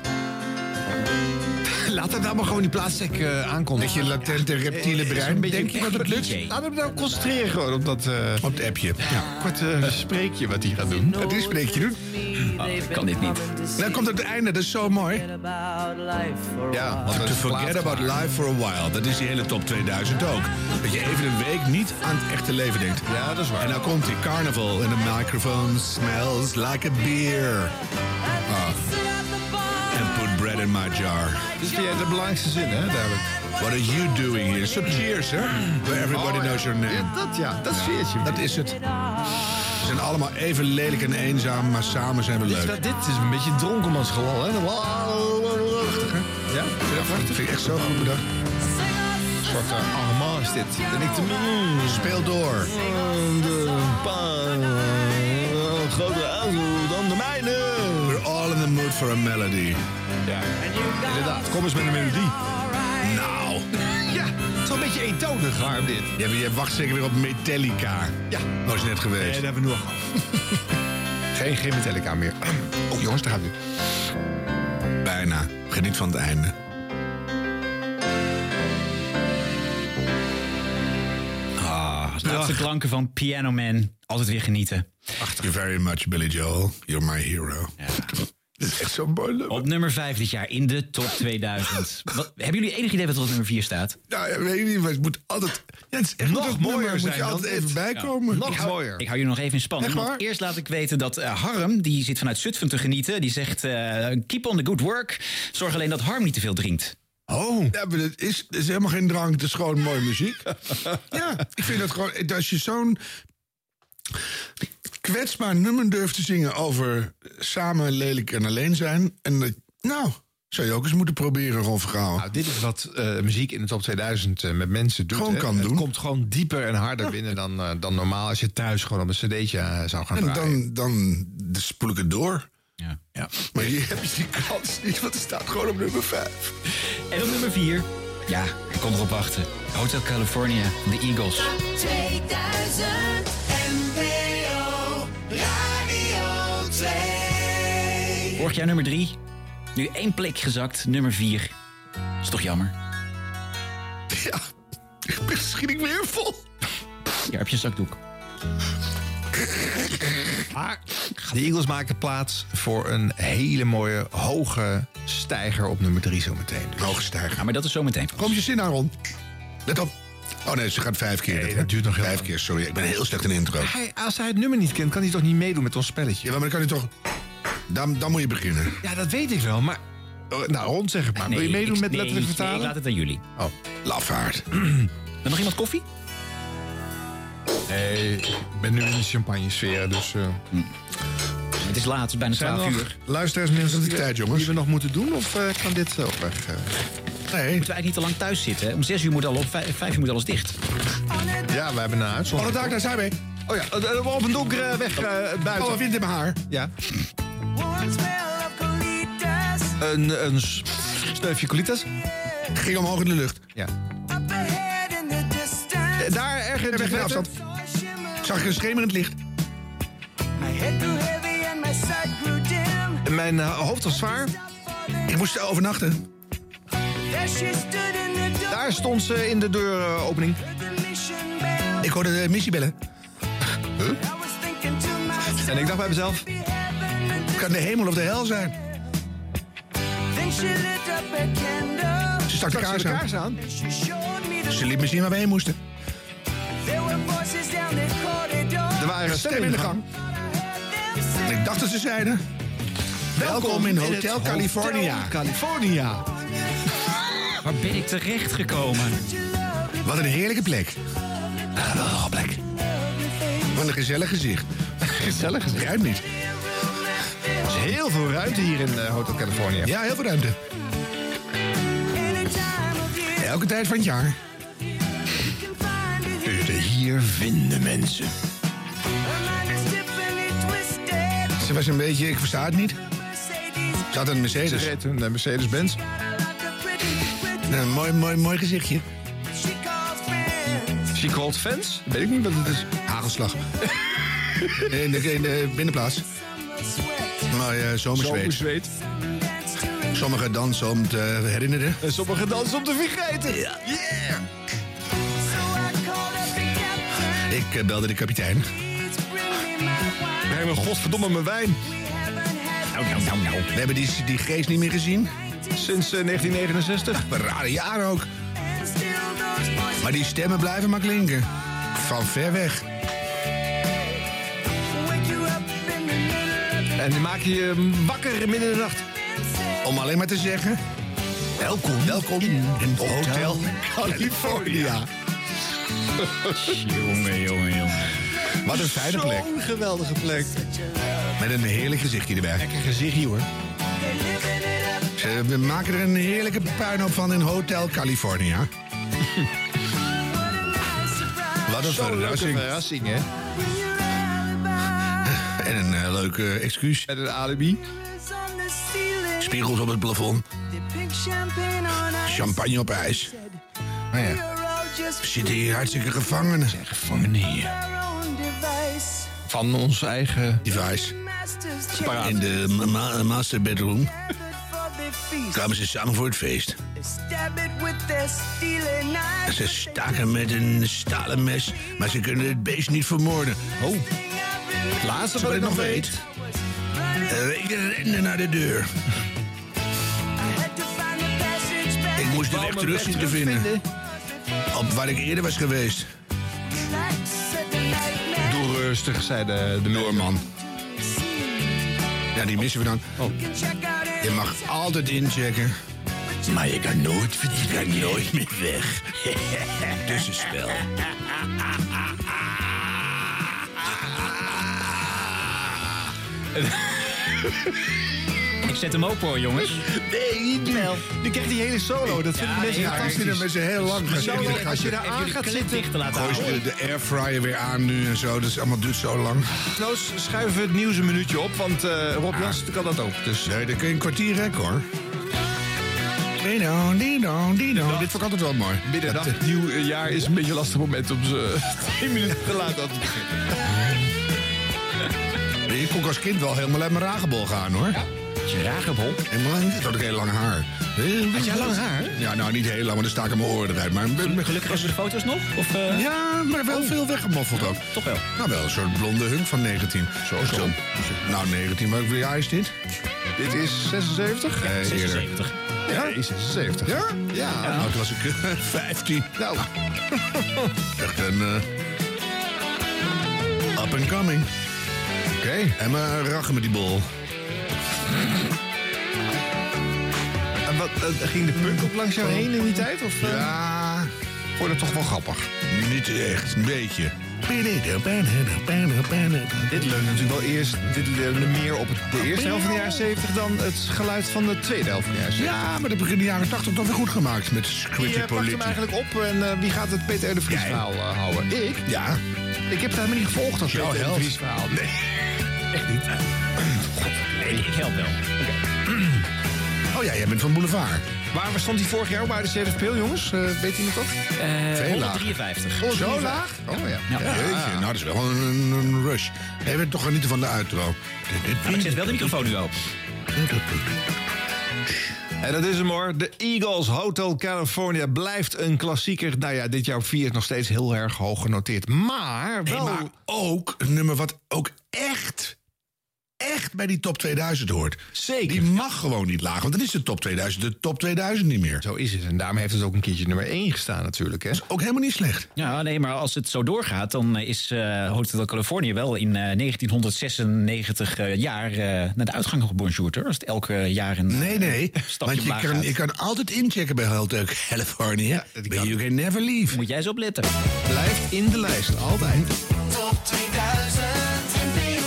C: [LAUGHS] laat hem nou maar gewoon die plaatsstek eh aankondigen. Eh,
D: Met je latente reptiele brein. Denk je dat het lukt?
A: DJ.
C: Laat hem nou concentreren gewoon op dat eh,
D: Op het appje. Ja.
C: korte eh, spreekje wat hij gaat doen.
D: Het is spreekje doen.
A: Ah, kan dit niet.
D: Dan komt het einde, dat is zo mooi.
C: Ja,
D: To forget about life for a while. Dat is die hele top 2000 ook. Dat je even een week niet aan het echte leven denkt.
C: Ja, dat is waar.
D: En dan komt die carnaval en de microphone smells like a beer. Ah. And put bread in my jar.
C: Dit vind jij de belangrijkste zin, hè, duidelijk.
D: What are you doing here? So cheers, hè? Where everybody knows your name.
C: Ja, dat ja, dat sfeertje.
D: Dat is het. Ze zijn allemaal even lelijk en eenzaam, maar samen zijn we
C: Dit is
D: leuk.
C: wel- dit is een beetje een dronkenmansgelal, hè? Prachtig, hè? Ja, vind je dat
D: Dat
C: prachtig?
D: vind ik echt zo goed bedacht.
C: Een soort eh, arrangement is dit. En ik te mm,
D: Speel door.
C: de paan, eh, grotere auto dan de mijne.
D: We're all in the mood for a melody.
C: Ja, inderdaad. Kom eens met een melodie.
D: Nou,
C: Ja, het is wel een beetje eentonig, Harm, dit.
D: je, hebt- je wacht zeker weer op Metallica.
C: Ja.
D: Dat is net geweest.
C: hebben we nu al gehad. [LAUGHS] geen, geen Metallica meer. [CLEARS THROAT] Oh, jongens, daar gaat het.
D: Bijna. Geniet van het einde.
A: Laatste klanken van Piano Man. Altijd weer genieten.
D: Thank you very much, Billy Joel. You're my hero. [LAUGHS] Dit is echt zo'n mooi nummer.
A: Op nummer 5 dit jaar in de top
D: [LAUGHS]
A: 2000. Wat, hebben jullie enig idee wat er op nummer 4 staat?
D: Nou, ja, weet ik niet, maar het moet altijd... Ja, het is echt
C: Nog
D: een goed
C: mooier
D: nummer, moet
C: zijn
D: je
C: dan
D: altijd
C: dit.
D: even bijkomen.
C: Nog
D: Ik hou-
C: mooier.
A: Ik hou jullie nog even in spanning.
D: Echt waar?
A: want eerst laat ik weten dat eh, Harm, die zit vanuit Zutphen te genieten... die zegt, eh, keep on the good work. Zorg alleen dat Harm niet te veel drinkt.
D: Oh. Ja, maar het is, het is helemaal geen drank, het is gewoon mooie
C: [LAUGHS]
D: muziek. ja, ik vind dat gewoon... Als je zo'n kwetsbaar nummer durft te zingen over samen lelijk en alleen zijn... En dat, nou, zou je ook eens moeten proberen, Rolf Gauw.
C: Nou, dit is wat eh, muziek in de top 2000 eh, met mensen doet.
D: Gewoon
C: hè.
D: kan
C: het
D: doen.
C: komt gewoon dieper en harder binnen dan, eh, dan normaal... als je thuis gewoon op een cd'tje eh, zou gaan
D: En
C: draaien. [LAUGHS]
D: dan, dan spoel ik het door.
A: Ja.
D: Maar je hebt die kans niet, want het staat gewoon op nummer 5.
A: En op nummer 4, ja, ik kon erop wachten. Hotel California, de Eagles.
G: 2000 NPO Radio 2.
A: Vorig jaar nummer 3, nu één plek gezakt, nummer 4. Is toch jammer?
D: Ja, misschien ik weer vol.
A: Hier heb je een zakdoek.
C: Maar de Eagles maken plaats voor een hele mooie hoge stijger op nummer 3 zometeen.
D: Hoogstijger.
A: Ja, Ah, maar dat is zometeen.
D: Kom je zin aan, Ron. Let op. Oh nee, ze gaat vijf keer.
C: dat duurt nog heel
D: Vijf
C: lang. Ah.
D: keer, sorry. Ik ben heel slecht in intro.
C: Hij, als hij het nummer niet kent, kan hij toch niet meedoen met ons spelletje?
D: Ja, maar dan kan je toch... Dan, dan moet je beginnen.
C: Ja, dat weet ik wel, maar... eh, Nou, rond zeg het maar. Wil je
A: Nee,
C: meedoen
A: ik-
C: met
A: nee,
C: letterlijk
A: nee, ik
C: vertalen?
A: laat het aan jullie.
D: Oh, lafaard.
A: Dan nog iemand koffie?
C: Nee, ik ben nu in de champagne-sfeer, dus... eh,
A: Het is laat, het is bijna 12 uur. Moeten
D: Luisteraars, mensen, het is tijd, jongens.
C: Die we nog moeten doen, of eh, kan dit ook weg? eh?
D: Nee.
A: we eigenlijk niet te lang thuis zitten. hè? Om 6 uur moet al op, 5 uur moet alles dicht.
C: ja, we hebben een
D: Alle
C: uitzondering.
D: dag, daar zijn we.
C: Oh ja, eh, eh, op een donkere weg eh,
D: Alle
C: buiten.
D: wind in mijn haar.
C: Ja.
E: Warm smell of colitas
C: Een, een s- sneufje colitas.
D: Ging omhoog in de lucht.
C: Ja.
E: up ahead in the
C: Eh,
E: distance.
C: Daar ergens
D: Weg in de afstand.
E: Saw a shimmer.
D: Zag ik een schemerend licht.
E: My head grew heavy and my sight grew dim.
C: Mijn eh, hoofd was zwaar.
D: Ik moest overnachten.
E: There she stood in the door
C: Daar stond ze in de deuropening.
E: with the mission bell.
D: Ik hoorde de missie bellen.
E: I was thinking to myself,
C: En ik dacht bij mezelf,
E: be heaven and
D: Het kan de hemel of de hel zijn.
E: Then she lit up a candle.
D: Ze stak de
C: stak ze
D: kaars
C: de
D: aan.
C: kaars aan.
E: And she showed me the
D: Ze liet me zien waar we heen moesten.
E: There were voices down the
C: Er
E: corridor.
C: waren
D: Stem in de gang.
E: Them say,
D: Ik dacht dat ze zeiden... Welkom in
C: het
D: Hotel California.
C: Hotel California.
A: Waar ben ik terecht gekomen?
E: er
D: Wat een heerlijke plek. Geweldige plek. Wat een gezellig gezicht.
C: [LAUGHS] Gezellig gezicht.
D: Ruimt niet.
C: Er is heel veel ruimte hier in eh, Hotel California.
D: Ja, heel veel ruimte.
E: Any time of year.
D: Elke tijd van het jaar.
C: Hier vinden mensen.
D: Ze was een beetje, ik versta het niet. Ze had een
C: Ze
D: Mercedes.
C: reed een eh, Mercedes-Benz.
D: Nou, Een mooi, mooi, mooi gezichtje.
C: She called fans? Weet ik niet wat het is.
D: Hagelslag. in, de, in de binnenplaats. Mooi eh zomerzweet.
C: Zomerzweet.
D: Sommigen dansen om te herinneren.
C: En sommigen dansen om te vergeten.
D: Yeah! Ik eh, belde de kapitein.
C: Breng me godverdomme mijn wijn.
D: Nou, nou, nou, nou. We hebben die, die geest niet meer gezien.
C: Sinds eh, 1969.
D: Een rare jaar ook. Maar die stemmen blijven maar klinken. Van ver weg.
C: En die maak je je wakker midden in de nacht.
D: Om alleen maar te zeggen... Welkom, welkom in Hotel California.
A: Jongen, jongen, jongen.
D: Wat een fijne plek.
C: Zo'n geweldige plek. Oh,
D: Met een heerlijk gezichtje erbij.
C: Lekker gezichtje hoor.
D: Ze- We maken er een heerlijke puinhoop van in Hotel California. Wat een
C: Zo'n leuke
D: verrassing.
C: verrassing hè.
D: En een eh, leuke excuus.
C: Met een alibi.
D: Spiegels op het plafond. Champagne op ijs. Nou ja, we zitten hier hartstikke gevangenen.
C: Gevangenen hier. Van ons eigen...
D: Device. In de ma- ma- master bedroom kwamen ze samen voor het feest. Ze staken met een stalen mes, maar ze kunnen het beest niet vermoorden. Oh,
C: Het laatste
D: wat ik nog weet. Eh, ik rende naar de deur. Ik moest de weg terug zien te vinden. Op waar ik eerder was geweest.
C: Doe rustig, zei de, de
D: Noorman. Ja, die missen we dan.
E: Oh.
D: Je mag altijd inchecken. Maar je kan nooit, je kan nooit meer weg. [LAUGHS] Tussenspel.
A: Ik zet hem ook voor, jongens.
C: Nee, niet Nu krijgt die hele solo. Dat vinden mensen
D: Ja, ik zit er
C: fantastisch.
D: met ze heel lang gaan
C: Zo,
D: zitten.
C: als je daar aan gaat zitten...
A: dicht te laten
D: Gooi
A: houden.
D: ze de, de airfryer weer aan nu en zo. Dat is allemaal duurt zo lang.
C: Knoos, schuiven we het nieuws een minuutje op, want eh, Rob Jansen kan dat ook. Dus
D: Nee, dan kun je een kwartier rekken hoor. Dino, dino, dino. Dit vond ik altijd wel mooi.
C: middernacht, het nieuw jaar is een beetje een lastig moment om ze [LAUGHS] twee minuten te laten aan het begin.
D: Ik kon als kind wel helemaal uit mijn ragebol gaan hoor.
A: Dragenbol.
D: Helemaal lang. Dat had ik heel lang haar. Eh, Had jij lang haar? Ja, nou niet heel lang, want dan staken mijn oren eruit. Maar
A: Gelukkig hebben we de foto's nog? Of, eh,
D: Ja, maar wel veel weggemoffeld ook.
A: Toch wel.
D: Nou, wel een soort blonde hunk van 19. Zo, zo. Nou, 19, maar hoeveel jaar is dit?
C: Dit is 76?
D: Eh, eerder.
A: 76.
C: Ja, nee, 76.
D: Ja? Ja. Nou, toen was ik eh, 15. Nou. [LAUGHS] Echt een... eh, up and coming. Oké. En maar rachen met die bol.
C: En wat, eh, ging de punk ook langs jou heen in die tijd? Of eh,
D: Ja,
C: vond je dat toch wel grappig?
D: niet echt. Een beetje.
C: Dit leunt natuurlijk wel eerst dit leunde meer op het, de eerste helft van de jaren 70 dan het geluid van de tweede helft van de jaren 70.
D: Ja, maar dat begin de jaren 80 toch weer goed gemaakt met Squidgy
C: Wie eh, pakt hem
D: Politie.
C: eigenlijk op en eh, wie gaat het Peter R. de Vries
D: Jij.
C: verhaal eh, houden? Ik?
D: Ja,
C: Ik heb het helemaal niet gevolgd als
D: Jouw
C: Peter R. de
D: held.
C: Vries verhaal. Nee.
A: Nee, ik help wel.
D: oh ja, jij bent van Boulevard.
C: Waar waar stond hij vorig jaar bij de CDF Peel, jongens? Eh, weet iemand dat?
A: Eh
D: Veel lager.
A: 153.
D: Zo laag? Oh ja. ja. Jeetje, nou dat is wel een, een- een rush. Even toch genieten van de uitro.
A: Maar ik zet wel de microfoon nu open.
C: En dat is hem hoor. De Eagles Hotel California blijft een klassieker. Nou ja, dit jaar op vier is nog steeds heel erg hoog genoteerd. Maar
D: Nee,
C: wel...
D: maar ook een nummer wat ook echt, echt bij die top 2000 hoort.
C: Zeker.
D: Die mag gewoon niet laag, want dan is de top 2000 de top 2000 niet meer.
C: Zo is het. En daarmee heeft het ook een keertje nummer 1 gestaan natuurlijk. Hè?
D: Ook helemaal niet slecht.
A: Ja, nee, maar als het zo doorgaat, dan eh, is eh, Hotel California wel in eh, 1996 eh, jaar eh, naar de uitgang gebonjourd. hoor. Als het elke eh, jaar een
D: Nee,
A: [LAUGHS]
D: nee.
A: stapje
D: Want je
A: omlaag
D: kan,
A: gaat.
D: je kan altijd inchecken bij Hotel California.
C: dat
D: but
C: kan.
D: you can never leave.
A: Moet jij eens opletten.
C: Blijft in de lijst, altijd.
G: Top 2000. NPO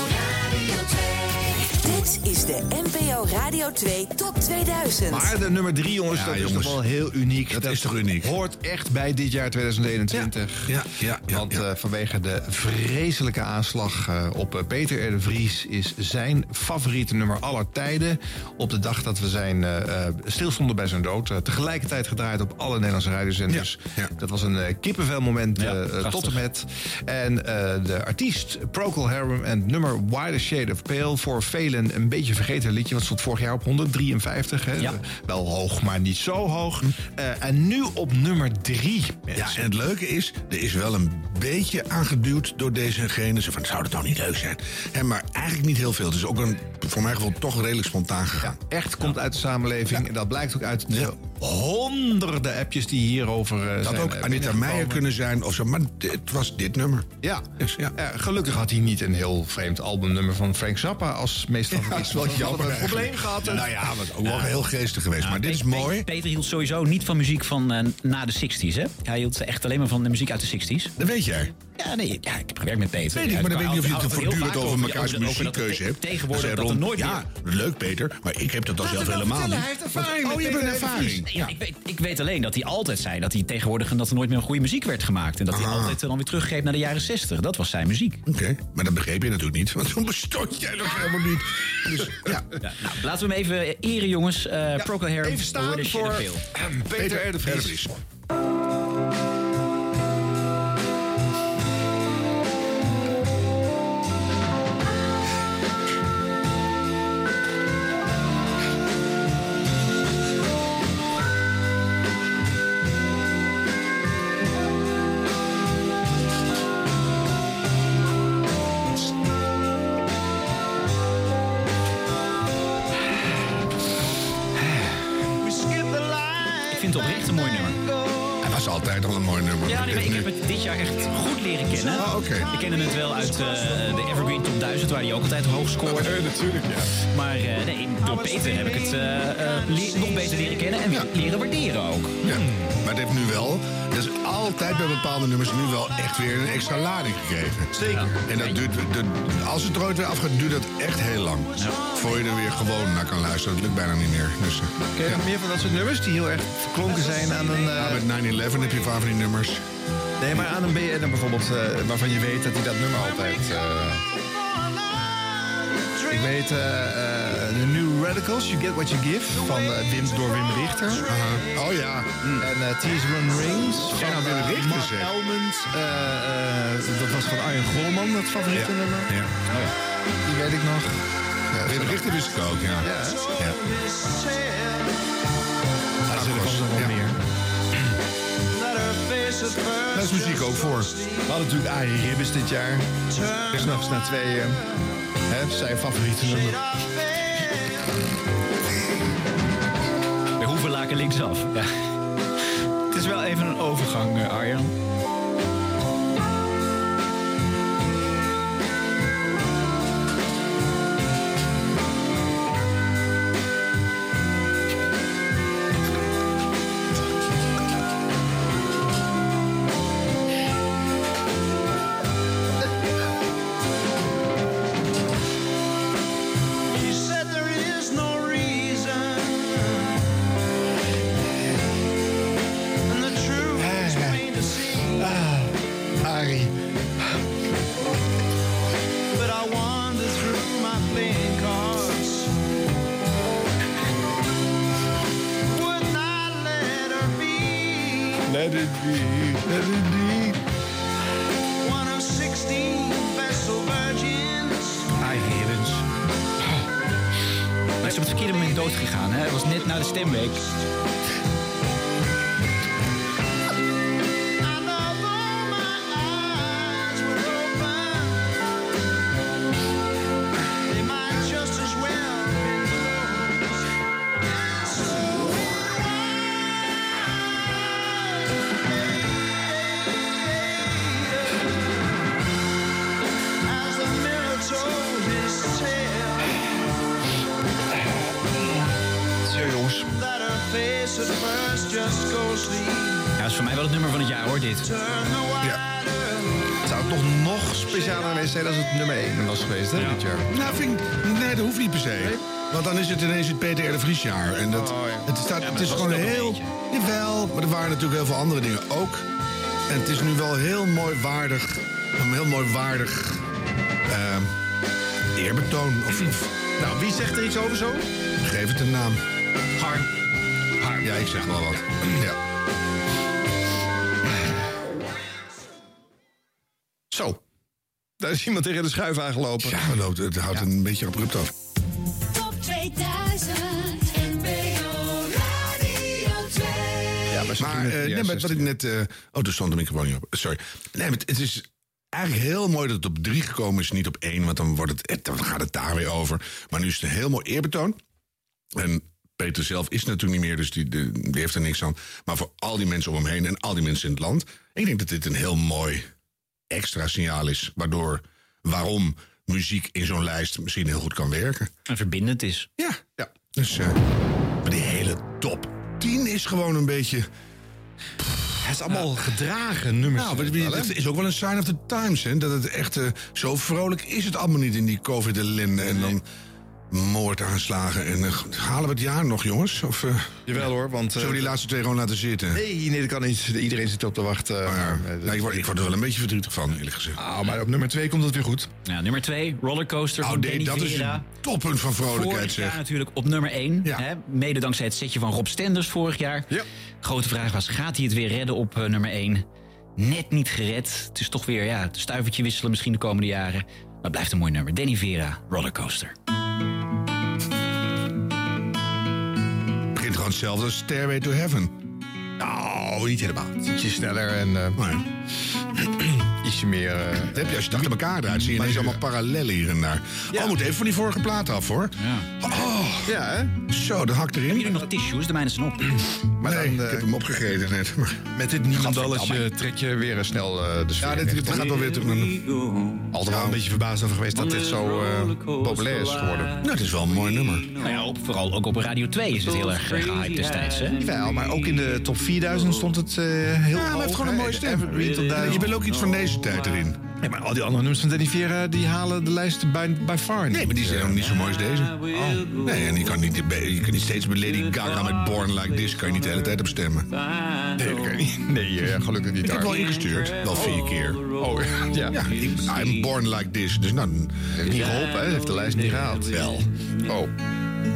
G: Radio 2.
H: Dit is de NPO Radio 2 Top 2000.
C: Maar de nummer 3, jongens,
D: Ja,
C: dat is
D: jongens.
C: toch wel heel uniek.
D: Dat is toch uniek?
C: Hoort echt bij dit jaar 2021.
D: Ja, ja, ja, ja,
C: Want
D: ja.
C: eh, vanwege de vreselijke aanslag eh, op eh, Peter R. de Vries... is zijn favoriete nummer aller tijden... op de dag dat we zijn eh, eh, stilstonden bij zijn dood... eh, tegelijkertijd gedraaid op alle Nederlandse radiozenders.
D: Ja, ja.
C: Dat was een eh, kippenvelmoment
A: Ja,
C: eh, eh,
A: prachtig.
C: tot en met. En eh, de artiest Procol Harum en het nummer Wide Shade of Pale... voor velen een beetje vergeten liedje... wat stond stond vorig jaar op 153. Hè?
A: Ja.
C: Wel hoog, maar niet zo hoog. Eh, en nu op nummer 3.
D: Hm. Ja, en het leuke is, er is wel een beetje aangeduwd door deze en gene. Zo van, zou dat toch niet leuk zijn? Hè, maar eigenlijk niet heel veel. Het is ook een, voor mijn gevoel toch redelijk spontaan gegaan.
C: Echt komt uit de samenleving. En dat blijkt ook uit de honderden appjes die hierover eh,
D: Dat
C: zijn.
D: had ook
C: eh,
D: Anita
C: binnengekomen.
D: Meijer kunnen zijn of zo. Maar d- het was dit nummer.
C: Ja.
D: Dus ja.
C: Eh, gelukkig had hij niet een heel vreemd albumnummer van Frank Zappa als meest favoriet.
D: dat is wel
C: Want dan
D: jammer
C: hadden we een
D: eigenlijk.
C: probleem gehad.
D: Nou ja, was ook wel heel geestig geweest. maar dit is
A: Pe- Pe-
D: mooi.
A: Peter hield sowieso niet van muziek van eh, na de 60s. Hè? Hij hield echt alleen maar van de muziek uit de 60s.
D: Dat weet jij.
A: Ja, nee, ja, ik heb gewerkt met Peter.
D: Weet ik, maar dan weet ik niet of je het
A: Hij houdt heel
D: voortdurend
A: vaak
D: over
A: ja,
D: mekaars
A: over dat het
D: muziekkeuze
A: te-
D: hebt.
A: Tegenwoordig
D: Dan zei
A: dat er
D: Ron,
A: nooit
D: Ja,
A: meer...
D: leuk Peter, maar ik heb dat dan
C: Laat
D: zelf
C: hem wel
D: helemaal niet.
C: vertellen, hij heeft ervaring
D: Oh,
C: met
D: je bent
C: Peter
D: ervaring.
A: Ja, ik, weet, ik weet alleen dat hij altijd zei dat hij tegenwoordig dat er nooit meer goede muziek werd gemaakt. En dat
D: Ah.
A: hij altijd dan weer teruggreep naar de jaren 60. Dat was zijn muziek.
D: Oké, maar dat begreep je natuurlijk niet, want toen bestond jij nog helemaal niet. Dus ja,
A: Ja, nou, laten we hem even eren, jongens. Eh Procol Harum,
C: Even
A: Where
C: staan
A: the Shit
C: voor
A: Appeal.
C: ehm, Peter R. de
D: Peter R. de
C: Vries.
D: Vries.
F: We skip the line.
A: Ik vind het oprecht een mooi nummer.
D: Hij was altijd al een mooi nummer.
A: Ja, nee, maar
D: Dit
A: ik heb
D: nu-
A: het dit jaar echt goed leren kennen.
D: Ah, oké.
A: Ik kende het wel uit eh, de Evergreen Top 1000, waar hij ook altijd hoog scoorde.
D: natuurlijk, ja.
A: Maar eh, nee, door Peter heb ik het eh, eh, le- nog beter leren kennen en
D: Ja.
A: leren waarderen ook.
D: Ja, maar het heeft nu wel, dat is altijd bij bepaalde nummers, nu wel echt weer een extra lading gekregen. Zeker. En dat duurt, dat- als het er ooit weer afgaat, duurt dat echt heel lang. Voor je er weer gewoon naar kan luisteren, dat lukt bijna niet meer. Dus, eh,
C: Ken je
D: ja.
C: nog meer van dat soort nummers die heel erg verklonken zijn aan een... eh,
D: Ja, met 9-11 heb je een paar van die nummers.
C: nee, maar aan een BN'er bijvoorbeeld, eh, waarvan je weet dat hij dat nummer altijd... eh, ik weet eh eh, de New Radicals, You Get What You Give, van, eh, Wim, door Wim Richter.
D: Oh ja.
C: En eh Tears Run Rings van
D: nou Wim
C: eh,
D: Richter,
C: Mark
D: zeg.
C: Elmond. Eh, eh, dat was van Arjen Golman, dat favoriete nummer.
D: Ja.
C: Die weet ik nog.
D: Ja, Wim Richter eh, wist ik ook, ja.
C: Ja.
D: Ja.
C: Ah, er
D: was-
C: komt nog wel
D: ja.
C: meer.
D: Daar is muziek ook voor.
C: We hadden natuurlijk Arie Ribbes dit jaar. S'nachts na tweeën. eh, Hè, zijn favoriete nummer.
A: We hoeven laken linksaf. Ja. Het is wel even een overgang, eh, Arjan.
F: He said there is no reason. And the truth is
C: Ah.
F: plain to see.
C: Arie.
F: But I wander through my playing cards. Would not let her be
C: Let it be, let it be.
F: one of 16 vessel virgins.
C: Arie Ribbes.
A: Hij is op het verkeerde moment dood gegaan. Hè? Hij was net na de stemweek.
F: And although my eyes were open, they might just as well be closed. And so it was, as the mirror told his tale,
C: Zo jongens.
F: that her face at first just ghostly
A: Ja, dat is voor mij wel het nummer van het jaar, hoor, dit.
F: turned the wider.
C: Het zou toch nog specialer geweest zijn als het nummer 1 was geweest, hè, dit jaar?
D: Nou, vind ik, nee, dat hoeft niet per se. Want dan is het ineens het Peter R. de Vries jaar. En dat,
C: Oh,
D: het, staat, het is
A: dat
D: gewoon
A: was het ook
D: heel...
A: een
D: Jawel, maar er waren natuurlijk heel veel andere dingen ook. En het is nu wel heel mooi waardig... Een heel mooi waardig... eh, eerbetoon. Of, of-
C: Nou, wie zegt er iets over zo?
D: geef het een naam.
A: Harm.
D: Harm. Ja, ik zeg wel wat. Ja.
C: Zo. Daar is iemand tegen de schuif aangelopen.
D: Ja, het loopt- het houdt een beetje abrupt af.
H: Top 2000.
G: 2000. NPO Radio 2.
C: Ja, maar ze gingen
D: Maar, eh,
C: het
D: nee,
C: jaar
D: maar wat ik
C: 16.
D: net. eh, oh, er stond de microfoon niet op. Sorry. Nee, maar het, het is eigenlijk heel mooi dat het op drie gekomen is, niet op één. Want dan, wordt het, eh, dan gaat het daar weer over. Maar nu is het een heel mooi eerbetoon. En Peter zelf is natuurlijk niet meer, dus die, die, die heeft er niks aan. Maar voor al die mensen om hem heen en al die mensen in het land. Ik denk dat dit een heel mooi extra signaal is. Waardoor, waarom muziek in zo'n lijst misschien heel goed kan werken.
A: En verbindend is.
D: Ja, ja. Dus, eh, maar die hele top 10 is gewoon een beetje...
C: Het is allemaal gedragen nummers.
D: Nou, maar het- het is ook wel een sign of the times, hè? Dat het echt eh, zo vrolijk is het allemaal niet in die covid-ellende. En dan moordaanslagen. En eh, halen we het jaar nog, jongens? Of eh
C: Jawel hoor, want... eh,
D: zullen we die laatste twee gewoon laten zitten?
C: Nee, nee, dat kan niet. Iedereen zit op te wachten.
D: Maar,
C: Maar, eh,
D: nou, ik, word, ik word er wel een beetje verdrietig van, eerlijk gezegd.
C: ah, maar op nummer twee komt het weer goed.
A: Nou, nummer 2, Rollercoaster
D: Nou,
A: van
D: nee,
A: Danny
D: dat is
A: Vera.
D: een toppunt van vrolijkheid,
A: Vorig jaar
D: zeg.
A: natuurlijk op nummer 1.
D: Ja.
A: Hè, mede dankzij het setje van Rob Stenders vorig jaar.
D: Ja.
A: Grote vraag was, gaat hij het weer redden op eh, nummer 1? Net niet gered. Het is toch weer, ja, het stuivertje wisselen misschien de komende jaren. Maar het blijft een mooi nummer. Danny Vera, Rollercoaster.
D: Het begint gewoon hetzelfde als Stairway to Heaven. Nou, niet helemaal.
C: Ietsje sneller en eh,
D: Maar,
C: ietsje meer... eh,
D: dat heb je als je het achter elkaar draait, zie je ineens allemaal parallellen hier en daar. Oh, moet even van die vorige plaat af, hoor. Oh,
C: ja, hè?
D: zo, de hak erin.
A: Jullie nog tissues? De mijne zijn op.
D: Maar nee,
C: dan, eh,
D: ik heb hem opgegeten net. Maar,
C: Met dit niemandalletje trek je weer eh, snel eh, de sfeer.
D: ja, dit, dit
C: in.
D: gaat wel weer terug naar... de-
C: Altijd wel een beetje verbaasd over geweest dat dit zo eh, populair is geworden.
D: Nou, het is wel een mooi nummer.
A: Nou ja, op, vooral ook op Radio 2 is het heel erg eh, gehyped destijds, hè?
C: Wel, maar ook in de top 4000 stond het eh, heel
D: Ja,
C: hoog.
D: maar hij heeft gewoon
C: hè,
D: een mooie
C: in de
D: stem.
C: Evergreen tot
D: En Je
C: 1000.
D: bent ook iets van deze tijd erin.
C: Nee, maar al die andere nummers van Danny Vera, die halen de lijst bij, bij far niet.
D: Nee, maar die zijn ook niet zo mooi als deze. Nee, en je kan, niet, je kan niet steeds met Lady Gaga met Born Like This... kan je niet de hele tijd op stemmen.
C: Nee, dat kan niet. [LAUGHS] Nee, eh, gelukkig niet.
D: Ik heb
C: daar.
D: wel ingestuurd, wel vier keer.
C: Oh, ja.
D: Ja, ik- I'm Born Like This, dus nou...
C: Heeft niet geholpen, hè? Heeft de lijst niet gehaald.
D: Wel.
C: Oh.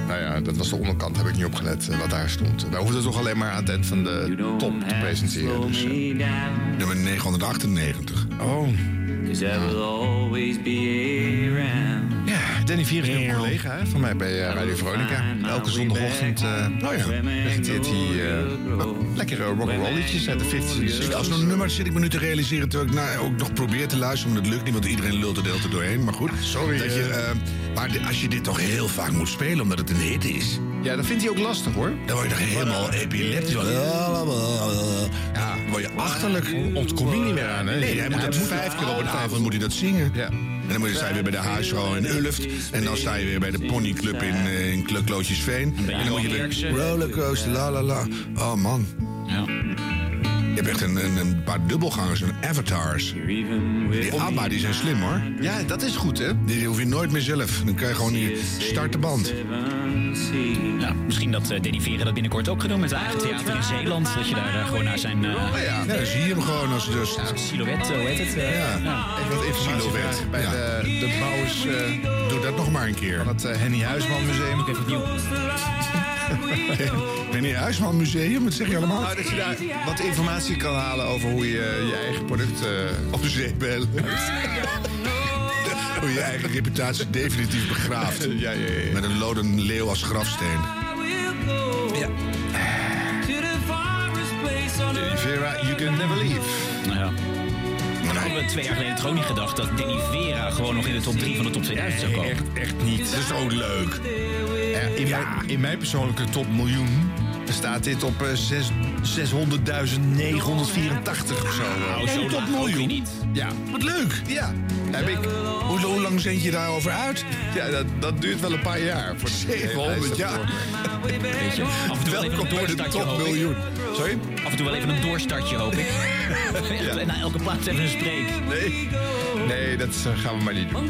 C: Nou ja, dat was de onderkant, heb ik niet opgelet eh, wat daar stond. Wij hoefden toch alleen maar aan het eind van de top te presenteren. Dus, eh.
D: Nummer 998.
C: Oh. Ja, Danny Vier is een collega hè, van mij bij eh, Radio Veronica. Elke zondagochtend eh,
D: Nou ja.
C: presenteert hij eh lekkere rock'n'roll liedjes uit de 50s en de
D: Dus
C: 60s.
D: als zo'n nummer zit ik me nu te realiseren... terwijl ik nou ook nog probeer te luisteren, maar dat lukt niet... want iedereen lult er de hele tijd doorheen, maar goed.
C: sorry,
D: Dat je,
C: eh.
D: eh, maar de- als je dit toch heel vaak moet spelen, omdat het een hit is...
C: Ja, dat vindt hij ook lastig hoor.
D: dan word je toch helemaal epileptisch van... Ja, dan word je achterlijk.
C: Ontkom je niet meer aan, hè?
D: Nee, hij moet dat vijf keer op een avond moet hij dat zingen.
C: Ja.
D: En dan moet je- sta je weer bij de huisvrouw in Ulft. En dan sta je weer bij de ponyclub in, eh, in Kluklootjesveen. En dan moet je weer rollercoaster, la la la. Oh man.
A: Ja.
D: Je hebt echt een, een, een paar dubbelgangers, een avatars. Die ABBA, die zijn slim hoor.
C: Ja, dat is goed hè.
D: Die hoef je nooit meer zelf. Dan kan je gewoon hier start de band.
A: Ja, misschien dat eh, Danny Vera dat binnenkort ook gaat doen met zijn eigen theater in Zeeland. Dat je daar eh, gewoon naar zijn eh,
D: Ja, dan zie je hem gewoon als dus.
A: silhouet, eh, hoe heet het? eh,
D: Ja.
C: Even wat informatie
D: Silhouet.
C: vragen bij
D: Ja.
C: de, de bouwers eh,
D: Doe dat nog maar een keer.
C: van het eh, Henny Huisman
D: [LAUGHS]
C: Museum.
A: ook even opnieuw.
D: Meneer Huisman Museum, wat zeg je allemaal?
C: Nou, dat je daar wat informatie kan halen over hoe je je eigen product... eh,
D: Op de zeep helpt. Hoe je eigen reputatie definitief begraaft.
C: ja, ja, ja, ja.
D: Met een loden leeuw als grafsteen.
C: Danny Vera, You Can Never Leave.
A: Nou ja.
D: Maar
C: nou,
A: Hadden
D: nee,
A: we twee jaar geleden toch ook niet gedacht dat Danny Vera gewoon nog in de top 3 van de top 2000 zou komen.
C: echt niet.
D: dat is ook leuk.
C: Eh, in, mijn, in mijn persoonlijke top miljoen staat dit op eh, zes- 600.984 of zo.
A: Nou,
D: En
A: zo
D: top
A: laag ook
D: miljoen.
A: weer niet.
C: Ja,
D: Wat leuk.
C: ja. Heb ik.
D: Hoe, hoe lang zend je daarover uit?
C: Ja, dat, dat duurt wel een paar jaar. Voor
D: 700 jaar.
A: Weet je. Af en toe wel even een
D: Welkom bij de
A: doorstartje
D: top
A: hoop ik.
D: miljoen. Sorry?
A: Af en toe wel even een doorstartje
D: [LAUGHS]
A: hoop ik. En Na elke plaats even een spreek.
C: Nee, nee dat eh, gaan we maar niet doen.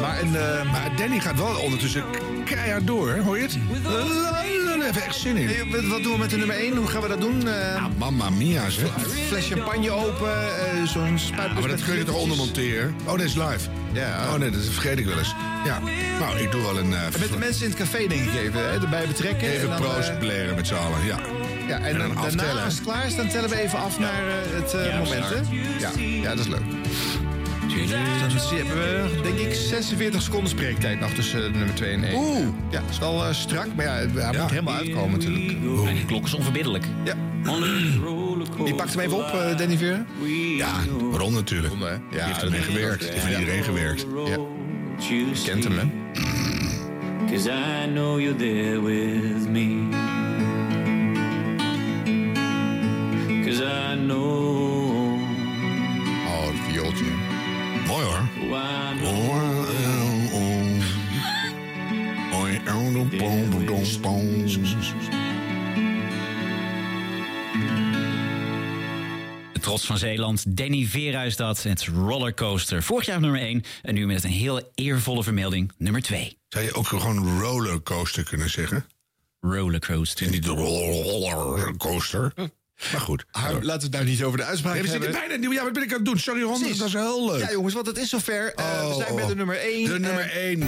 C: Maar een... eh,
D: Maar Danny gaat wel ondertussen keihard door, hè? hoor je het? Daar heb ik echt zin in.
C: hey, wat- wat doen we met de nummer 1? Hoe gaan we dat doen? Eh,
D: Mamma mia, zeg.
C: fles champagne open, eh, zo'n spuitbus
D: maar dat
C: met
D: kun je
C: glittertjes.
D: toch ondermonteren? Oh, dit is live.
C: Ja.
D: Oh nee, dat vergeet ik wel eens. Ja. Nou, ik doe wel een... eh,
C: Met de mensen in het café denk ik even, hè, erbij betrekken.
D: Even
C: en dan,
D: proost
C: eh,
D: blaren met z'n allen, ja.
C: ja, en,
D: en dan
C: dan daarna
D: aftellen.
C: als het klaar is, dan tellen we even af naar eh, het eh,
A: Ja,
C: moment, hè? Ja, ja, dat is leuk. Dus hebben we, denk ik, 46 seconden spreektijd nog tussen eh, nummer 2 en 1.
D: Oeh.
C: Ja, is wel eh, strak, maar ja, hij
D: Ja.
C: moet helemaal uitkomen natuurlijk.
A: En die klok is onverbiddelijk.
C: Ja. Die pakt hem even op, eh, Danny Vera.
D: Ja, Ron natuurlijk.
C: Ronde, hè? Ja,
D: Die heeft
C: dat
D: ermee
C: is-
D: gewerkt. Die heeft met
C: Ja.
D: iedereen gewerkt.
C: Je kent hem, hè?
I: Cause I know you're there with me. Cause I know
C: Oh, het viooltje.
D: Mooi hoor.
I: why I'm
A: De trots van Zeeland, Danny Vera is dat. Het Rollercoaster. Vorig jaar op nummer 1 en nu met een heel eervolle vermelding nummer 2.
D: Zou je ook gewoon rollercoaster kunnen zeggen? Het
A: Rollercoaster.
D: is niet de rollercoaster. Maar goed.
C: Ah, Laten we het nou niet over de uitspraak
D: Nee, we zitten
C: hebben.
D: bijna nieuw. Ja, wat ben ik aan het doen? Sorry, Ron. Dat is heel leuk. Oh,
C: Ja, jongens, want het is zover. Eh we zijn bij de nummer 1.
D: De nummer 1.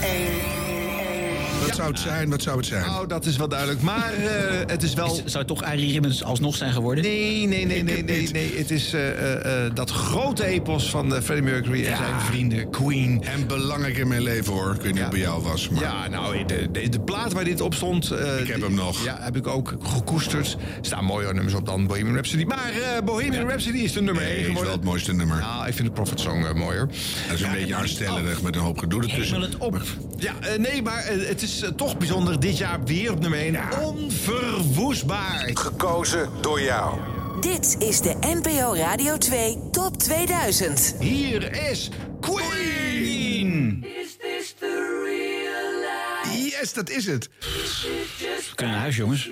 D: Wat zou het zijn? Wat zou het zijn?
C: Nou, dat is wel duidelijk. Maar eh, het is wel...
A: Zou het toch Arie Rimmens alsnog zijn geworden?
C: Nee, nee, nee, nee, nee, nee. Het is eh, eh, eh, dat grote epos van eh, Freddie Mercury en zijn vrienden Queen.
D: En belangrijk in mijn leven hoor. Ik weet niet of het bij jou was. Maar
C: Ja, nou, de, de, de plaat waar dit op stond... eh,
D: Ik heb
C: die-
D: hem nog.
C: Ja, heb ik ook gekoesterd. Er staan mooie nummers op dan Bohemian Rhapsody. Maar eh, Bohemian Rhapsody is de nummer
D: nee,
C: 1
D: is wel het
C: geworden.
D: mooiste nummer.
C: Nou, ik vind de Prophet Song eh, mooier.
D: Dat is een beetje aanstellerig met een hoop gedoe
A: Hemel
D: ertussen.
A: het op.
C: Ja, eh, nee, maar eh, het is eh, toch bijzonder. Dit jaar weer op nummer 1. Onverwoestbaar.
B: Gekozen door jou.
H: Dit is de NPO Radio 2 Top 2000.
C: Hier is Queen.
D: Yes, dat is het.
A: We kunnen naar huis, jongens.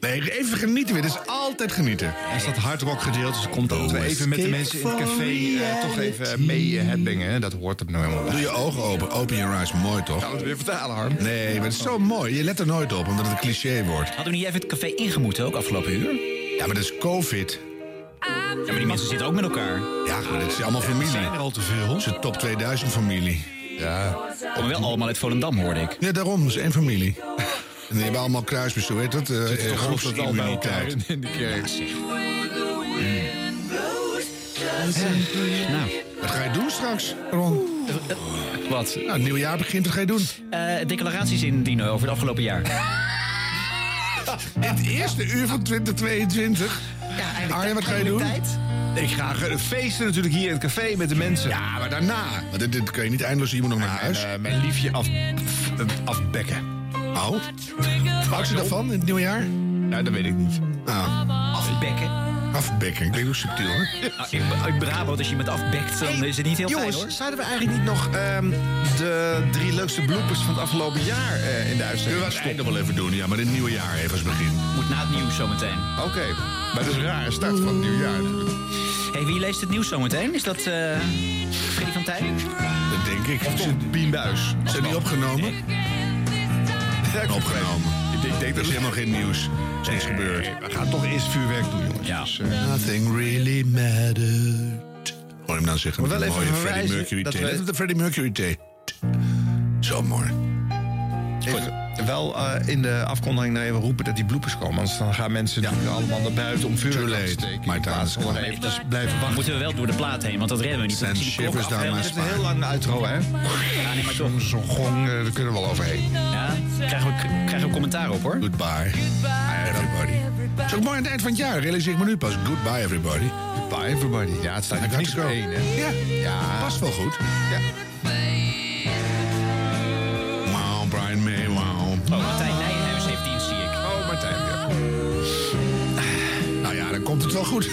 D: Nee, even genieten weer. Dat is altijd genieten.
C: Als dat hardrock gedeelte is, komt dat we even met de mensen in het café eh, toch even mee eh, headbangen, hè. Dat hoort er nou helemaal bij.
D: Doe je ogen open. Open your eyes. Mooi
C: Gaan
D: toch?
C: we het weer vertalen, Harm?
D: Nee, maar het is zo mooi. Je let er nooit op, omdat het een cliché wordt.
A: Hadden we niet even het café ingemoeten ook afgelopen uur?
D: Ja, maar dat is COVID.
A: Ja, maar die mensen zitten ook met elkaar.
D: Ja, maar dat is allemaal familie.
C: zijn er al te veel.
D: Het is een top 2000 familie.
A: Maar wel allemaal uit Volendam, hoorde ik.
D: Ja, daarom. Dat is één familie. En die hebben allemaal kruisbezoek. Hoe heet dat? eh, eh, groepsimmuniteit.
C: in de kerk.
A: Nou,
D: Wat ga je doen straks, Ron?
A: wat?
D: Nou, het nieuwe jaar begint. Wat ga je doen?
A: Eh, declaraties indienen over het afgelopen jaar.
D: Het eerste uur van 2022. Arjen, wat ga je doen?
C: Ik ga ge- feesten natuurlijk hier in het café met de mensen.
D: Ja, maar daarna. Want dit, dit kan je niet eindeloos. Je moet nog naar
C: En,
D: huis.
C: eh, mijn liefje af, eh, afbekken.
D: Oh. Houdt ze daarvan in het nieuwe jaar?
C: Nou, dat weet ik niet.
D: Ah,
A: Afbekken.
D: afbekken. Klinkt ook subtiel, hoor.
A: Nou, in, uit Brabant, als je iemand afbekt, dan is het niet heel fijn, hoor.
C: Jongens, zouden we eigenlijk niet nog ehm, de drie leukste bloopers van het afgelopen jaar eh, in de
D: Kunnen
C: uitzending
D: we het einde wel even doen? Ja, maar in het nieuwe jaar even als begin.
A: Moet na het nieuws zometeen.
C: Oké, maar dat is een rare start van het nieuwe jaar natuurlijk.
A: hey, wie leest het nieuws zometeen? Is dat eh Freddy van Tijn?
D: Dat denk ik. Zijn,
C: Pien Buijs.
D: zijn die opgenomen? Opgenomen.
C: Ik denk- ik denk
D: Er
C: dat
D: is
C: het
D: helemaal geen nieuws. Er is niks gebeurd.
C: We gaan toch eerst vuurwerk doen, jongens.
A: Ja.
C: Dus, eh, maar
D: Nothing really mattered. Hoor hem dan zeggen.
C: Maar wel
D: met een
C: even
D: mooie Freddie
C: verwijzen
D: Mercury
C: dat
D: thee.
C: we-
D: Let op de Freddie Mercury thee. Zo mooi.
C: even wel eh, in de afkondiging nog even roepen dat die bloepers komen. Anders dan gaan mensen natuurlijk allemaal naar buiten om
D: Too
C: vuurwerk aan
D: late,
C: te steken.
D: my
C: In plaats van
D: darling.
C: nog eventjes blijven wachten.
A: Moeten we wel door de plaat heen, want dat redden we niet.
D: Zijn
A: Dan zie je de klok
D: shivers
A: af-
D: down
A: helemaal-
D: my
C: Het is een heel lange outro, hè?
A: Ja, nee, maar toch.
C: Zo'n zo'n gong, eh, daar kunnen we wel overheen.
A: Ja, krijgen we, krijgen we commentaar op, hoor.
D: Goodbye, everybody. Het is ook mooi aan het eind van het jaar. Realiseer ik me nu pas. Goodbye, everybody.
C: Bye, everybody. Ja, het staat
D: Ik
C: natuurlijk niet op één, hè?
D: Ja, ja. past wel goed. Wow, Brian May, wow.
A: Oh, Martijn Nijenhuis heeft dienst, zie ik.
C: Oh, Martijn, ja.
D: Nou ja, dan komt het wel goed.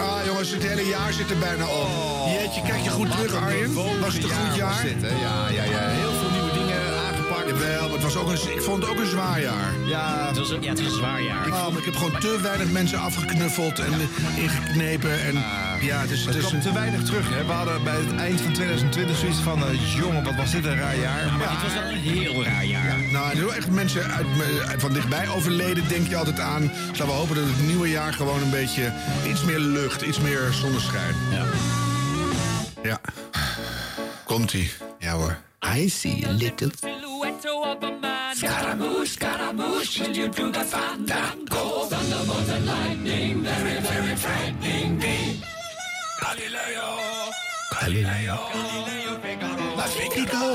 D: ah, jongens, het hele jaar zit er bijna op.
C: Oh,
D: Jeetje, kijk je goed terug, Arjen. Was het een goed jaar?
C: was dit, hè? Ja, ja, ja. Heel veel nieuwe dingen aangepakt.
D: Jawel, maar het was ook een, ik vond het ook een zwaar jaar.
C: Ja,
A: Het, was een, ja, het is een zwaar jaar.
D: Ik, vond- ik heb gewoon te weinig mensen afgeknuffeld en eh, ingeknepen. En,
C: Ah.
D: ja, het is, het
C: er
D: is
C: komt te
D: een,
C: weinig terug. Hè? We hadden bij het eind van 2020 zoiets van... eh, jongen, wat was dit een raar jaar.
A: Maar dit was wel een heel raar jaar.
D: nou, er zijn wel echt mensen uit, me- uit- van dichtbij overleden, denk je altijd aan. Dus laten we hopen dat het nieuwe jaar gewoon een beetje iets meer lucht, iets meer zonneschijn.
A: Ja.
D: Ja. Komt-ie. Ja hoor. I see a little Galileo. La Figo.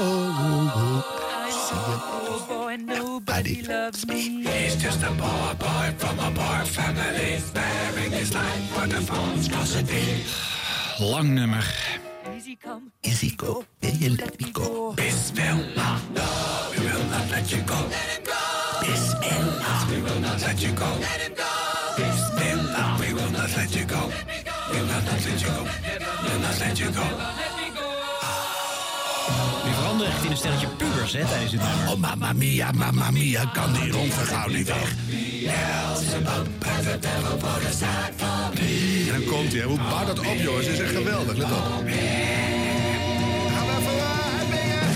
E: boy, nobody loves me.
D: He's just a poor boy from a poor family. Sparing his life for the monstrosity.
A: Lang nummer.
E: Easy come,
D: Easy go, will you let me go? Bismillah, no, we will not let you go. Let him go. Bismillah, we will not let you go. Let him go. Bismillah, we will not let you go. We will not let you go. We will not let you go.
A: Die veranderen echt in een stelletje pubers hè, tijdens dit nummer.
D: Oh, mamma mia, mamma mia, kan die onvergauw niet weg. En dan komt hij. Hoe bouw dat op, jongens? Dit is echt geweldig. Let op. Gaan we even eh, uitbrengen.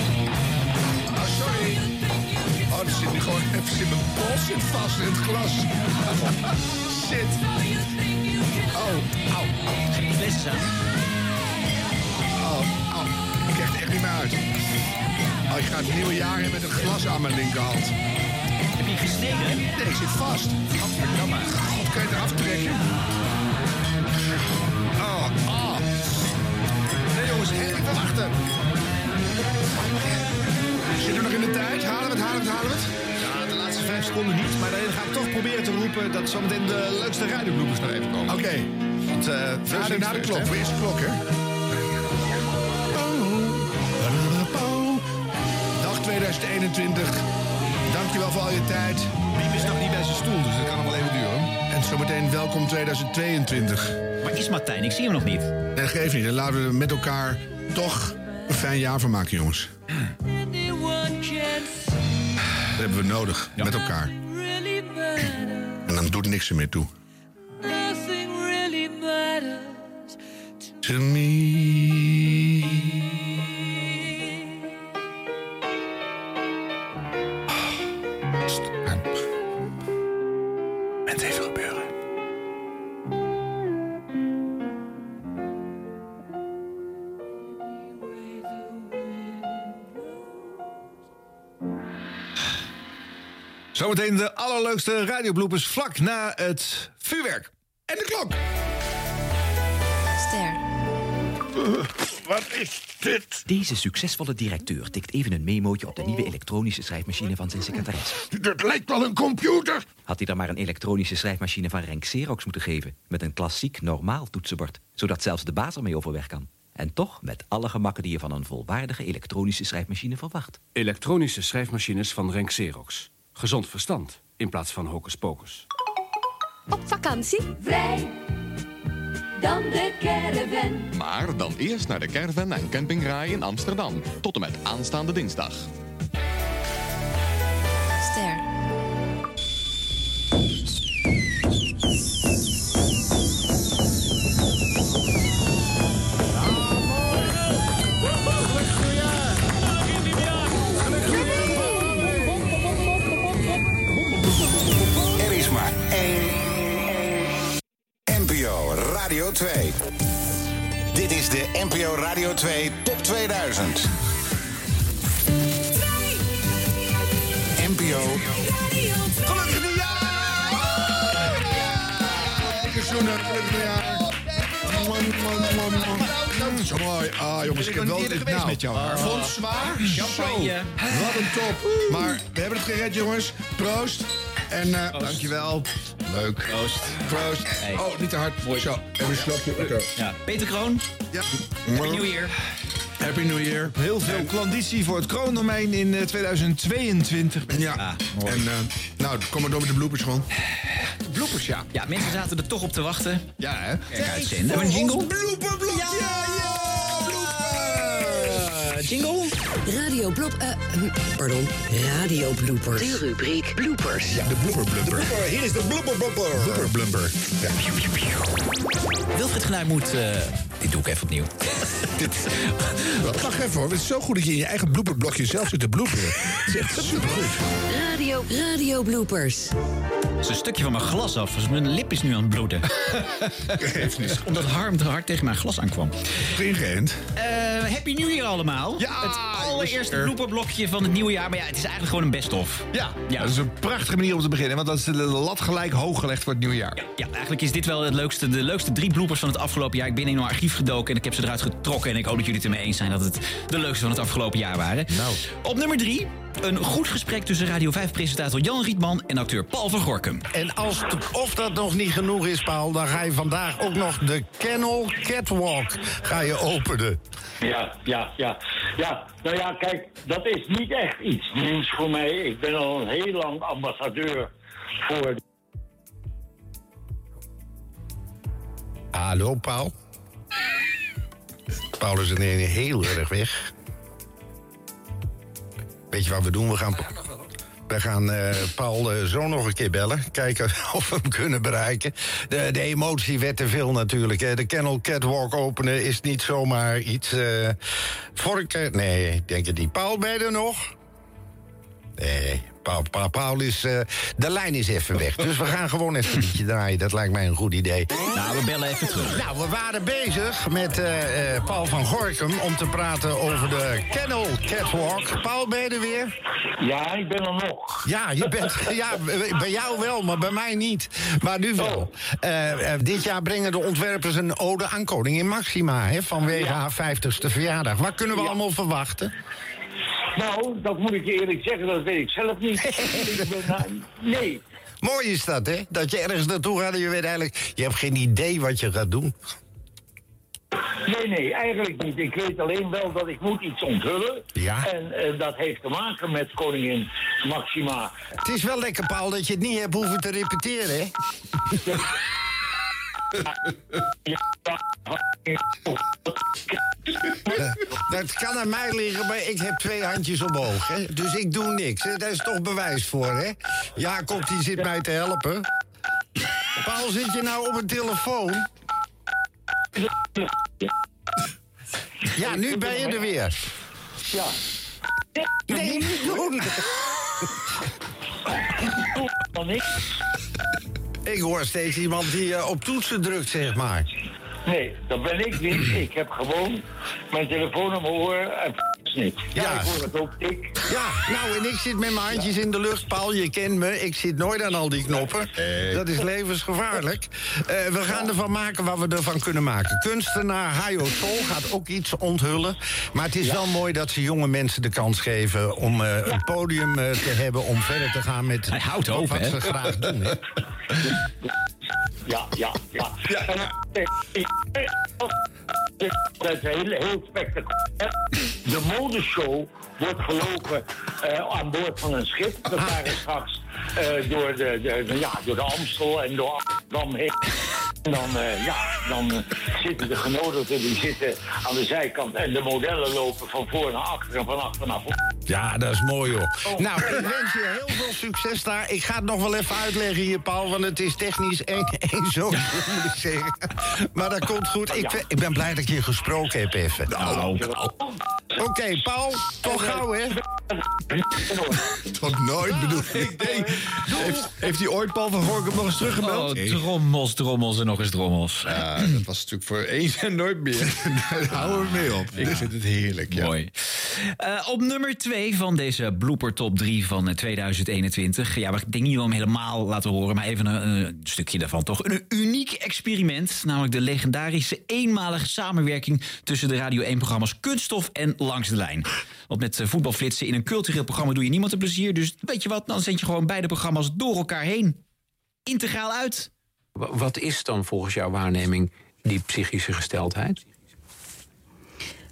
D: Ah, sorry. Oh, er zit nu gewoon even in mijn pols zit vast in het glas. Shit. Oh, au, au.
A: Geen flessen aan.
D: Au, ik krijg het echt niet meer uit. Oh, ik ga het nieuwe jaar in met een glas aan mijn linkerhand.
A: Heb je gesneden?
D: Nee, ik zit vast. Gadverdamme. God, kan je het eraf trekken? Oh, oh. Nee, jongens, ik was achter. Zitten we nog in de tijd? Halen we het, halen we het, halen we het?
C: Ja, de laatste vijf seconden niet, maar daarin ga ik toch proberen te roepen dat zometeen de leukste radiobloepers nog even komen.
D: Oké.
C: Want, eh, first
D: Na de,
C: things
D: na de
C: first,
D: klok.
C: hè?
D: Weer is de klok, hè? Dag 2021. Dankjewel voor al je tijd.
C: Piep is nog niet bij zijn stoel, dus dat kan nog wel even duren.
D: En zometeen welkom 2022.
A: Maar is Martijn? Ik zie hem nog niet.
D: Nee, dat geeft Eh, niet. Dan laten we er met elkaar toch een fijn jaar van maken, jongens.
E: anyone can
D: Dat hebben we nodig, met elkaar.
E: really matter.
D: En dan doet niks er meer toe.
E: Nothing really matters.
D: To me. Ah, Sst, aan. Het even gebeuren.
C: Zometeen de allerleukste radiobloepers vlak na het vuurwerk.
D: En de klok.
J: Ster.
D: Wat is dit?
K: Deze succesvolle directeur tikt even een memootje op de nieuwe elektronische schrijfmachine van zijn secretaresse.
D: Dat lijkt wel een computer.
K: Had hij dan maar een elektronische schrijfmachine van Renk Xerox moeten geven... met een klassiek, normaal toetsenbord, zodat zelfs de baas ermee overweg kan. En toch met alle gemakken die je van een volwaardige elektronische schrijfmachine verwacht.
L: Elektronische schrijfmachines van Renk Xerox. Gezond verstand in plaats van hocus pocus.
J: Op vakantie?
G: Vrij dan de caravan.
M: Maar dan eerst naar de caravan en campingraai in Amsterdam. Tot en met aanstaande dinsdag.
J: Ster.
B: Er is maar één. NPO Radio 2. Dit is de NPO Radio 2 Top 2000. NPO.
D: Gelukkig nieuwjaar! Lekker zoenen, gelukkig nieuwjaar. Mwah, mwah, mwah, mwah. Dat is zo mooi. Ah, jongens, ik heb wel...
C: eerder geweest met jou, Ah,
D: Nou,
C: Harm.
D: vond het zwaar?
A: Champagne.
D: Zo, wat een top. Maar we hebben het gered, jongens. Proost. En eh, dankjewel. Leuk. Proost. Proost. Oh, niet te hard. Zo, even een slokje. Oké.
A: Ja. Peter Kroon,
D: Ja.
A: Happy New Year.
D: Happy New Year.
C: Heel veel klanditie voor het kroondomein in eh, 2022.
D: Ja. en eh, nou, kom maar door met de bloepers gewoon.
C: Bloepers, ja.
A: Ja, mensen zaten er toch op te wachten.
C: Ja, hè?
A: Kijk uit, Zin. Hebben we een jingle?
D: Blooperblokje!
A: Eh, jingle?
H: Radio Blob... eh, hm, pardon, Radio Bloopers. De rubriek Bloopers.
D: De blooper blumper.
B: Hier is de blooper blooper.
D: Blooper blumper.
A: Wilfried Genuij moet... eh, dit doe ik even opnieuw.
D: Wacht even hoor, het is zo goed dat je in je eigen blooperblokje zelf zit te bloeperen. Het is echt supergoed.
H: Radio, Radio Bloopers.
A: Het is een stukje van mijn glas af, dus mijn lip is nu aan het [LAUGHS] bloeden.
D: Geef niet.
A: Omdat Harm te hard tegen mijn glas aankwam.
D: Ingeënt.
A: Eh, Eh, Happy New Year allemaal. het allereerste blooperblokje van het nieuwe jaar. Maar ja, het is eigenlijk gewoon een best-of.
C: Ja, dat is een prachtige manier om te beginnen. Want dat is de lat gelijk hoog gelegd voor het nieuwe jaar.
A: Ja, eigenlijk is dit wel het leukste, de leukste drie bloopers van het afgelopen jaar. Ik ben in een archief gedoken en ik heb ze eruit getrokken. En ik hoop dat jullie het ermee eens zijn dat het de leukste van het afgelopen jaar waren. Nou. Op nummer drie, een goed gesprek tussen Radio 5-presentator Jan Rietman en acteur Paul van Gorkum.
D: En als t- of dat nog niet genoeg is, Paul, dan ga je vandaag ook nog de Kennel Catwalk ga je openen.
N: Ja, ja, ja. Ja, nou ja, kijk, dat is niet echt iets nieuws voor mij. Ik ben al een heel lang ambassadeur voor...
D: Hallo, Paul. Paul is ineens heel erg weg. Weet je wat we doen? We gaan, we gaan eh, Paul eh, zo nog een keer bellen. Kijken [LAUGHS] of we hem kunnen bereiken. De, de emotie werd te veel natuurlijk. Hè. De Kennel Catwalk openen is niet zomaar iets... eh vorken? Nee, ik denk het niet. Paul, ben je er nog? Nee, Paul, Paul, Paul is... eh, de lijn is even weg. Dus we gaan gewoon even een liedje draaien. Dat lijkt mij een goed idee.
A: Nou, we bellen even terug.
D: Nou, we waren bezig met eh, eh, Paul van Gorkum om te praten over de Kennel Catwalk. Paul, ben je er weer?
N: Ja, ik ben er nog.
D: Ja, je bent, [LAUGHS] ja b- bij jou wel, maar bij mij niet. Maar nu wel.
N: Oh.
D: Eh, eh, dit jaar brengen de ontwerpers een ode aan koningin Maxima... Hè, vanwege haar 50ste verjaardag. Wat kunnen we allemaal verwachten?
N: Nou, dat moet ik je eerlijk zeggen, dat weet ik zelf
D: [LAUGHS]
N: niet. ik ben, nou, nee,
D: Mooi is dat, hè? Dat je ergens naartoe gaat en je weet eigenlijk... je hebt geen idee wat je gaat doen.
N: nee, nee, eigenlijk niet. Ik weet alleen wel dat ik moet iets onthullen.
D: Ja.
N: En eh, dat heeft te maken met koningin Maxima.
D: Het is wel lekker, Paul, dat je het niet hebt hoeven te repeteren, hè? Eh, Dat kan aan mij liggen, maar ik heb twee handjes omhoog. Hè? Dus ik doe niks. Hè? Daar is toch bewijs voor, hè? Jacob, die zit mij te helpen. Paul, zit je nou op een telefoon? Ja, nu ben je er weer.
N: Ja.
D: Nee, niet doen! Ik hoor steeds iemand die eh, op toetsen drukt, zeg maar.
N: Nee, dat ben ik niet. Ik heb gewoon mijn telefoon om mijn oren en f- niet. Ja, ik hoor het ook. Ik,
D: Ja, nou, en ik zit met mijn handjes in de lucht. Paul, je kent me. Ik zit nooit aan al die knoppen. Dat is levensgevaarlijk. Eh, we gaan ervan maken wat we ervan kunnen maken. Kunstenaar Hayo Sol gaat ook iets onthullen. Maar het is wel mooi dat ze jonge mensen de kans geven... om eh, een podium eh, te hebben om verder te gaan met
A: houdt
D: wat
A: open, hè?
D: ze graag doen. hè.
N: ja, ja, ja. En, eh, ik- eh, Dat is heel, heel spectaculair. De modeshow wordt gelopen eh, aan boord van een schip. We varen straks eh, door, de, de, de- ja, door de Amstel en door Amsterdam heen. En dan, eh, ja, dan eh, zitten de genodigden die zitten aan de zijkant. En de modellen lopen van voor naar achter en van achter naar voor.
D: Ja, dat is mooi, hoor. Nou, ik wens je heel veel succes daar. Ik ga het nog wel even uitleggen hier, Paul, want het is technisch en, [LAUGHS] en zo, moet ik zeggen. Maar dat komt goed. Ik, ben- ik ben blij dat ik je gesproken heb even. Nou, Oké, Paul, toch gauw, hè?
O: Tot nooit bedoeld. Ik denk,
C: heeft, heeft hij ooit Paul van Gorkum nog eens teruggebeld?
A: Oh, drommels, drommels en nog eens drommels.
O: dat was natuurlijk voor [LAUGHS] eens en nooit meer. Daar houden we mee op. Ik vind het heerlijk, ja.
A: Mooi. Eh, op nummer 2 van deze blooper top 3 van eh, 2021. Ja, maar ik denk niet dat we hem helemaal laten horen, maar even een, een stukje daarvan toch. Een uniek experiment, namelijk de legendarische eenmalige samenwerking tussen de Radio 1-programma's Kunststof en Langs de Lijn. Want met eh, voetbalflitsen in een cultureel programma doe je niemand een plezier. Dus weet je wat, dan zend je gewoon beide programma's door elkaar heen. Integraal uit.
P: Wa- Wat is dan volgens jouw waarneming die psychische gesteldheid?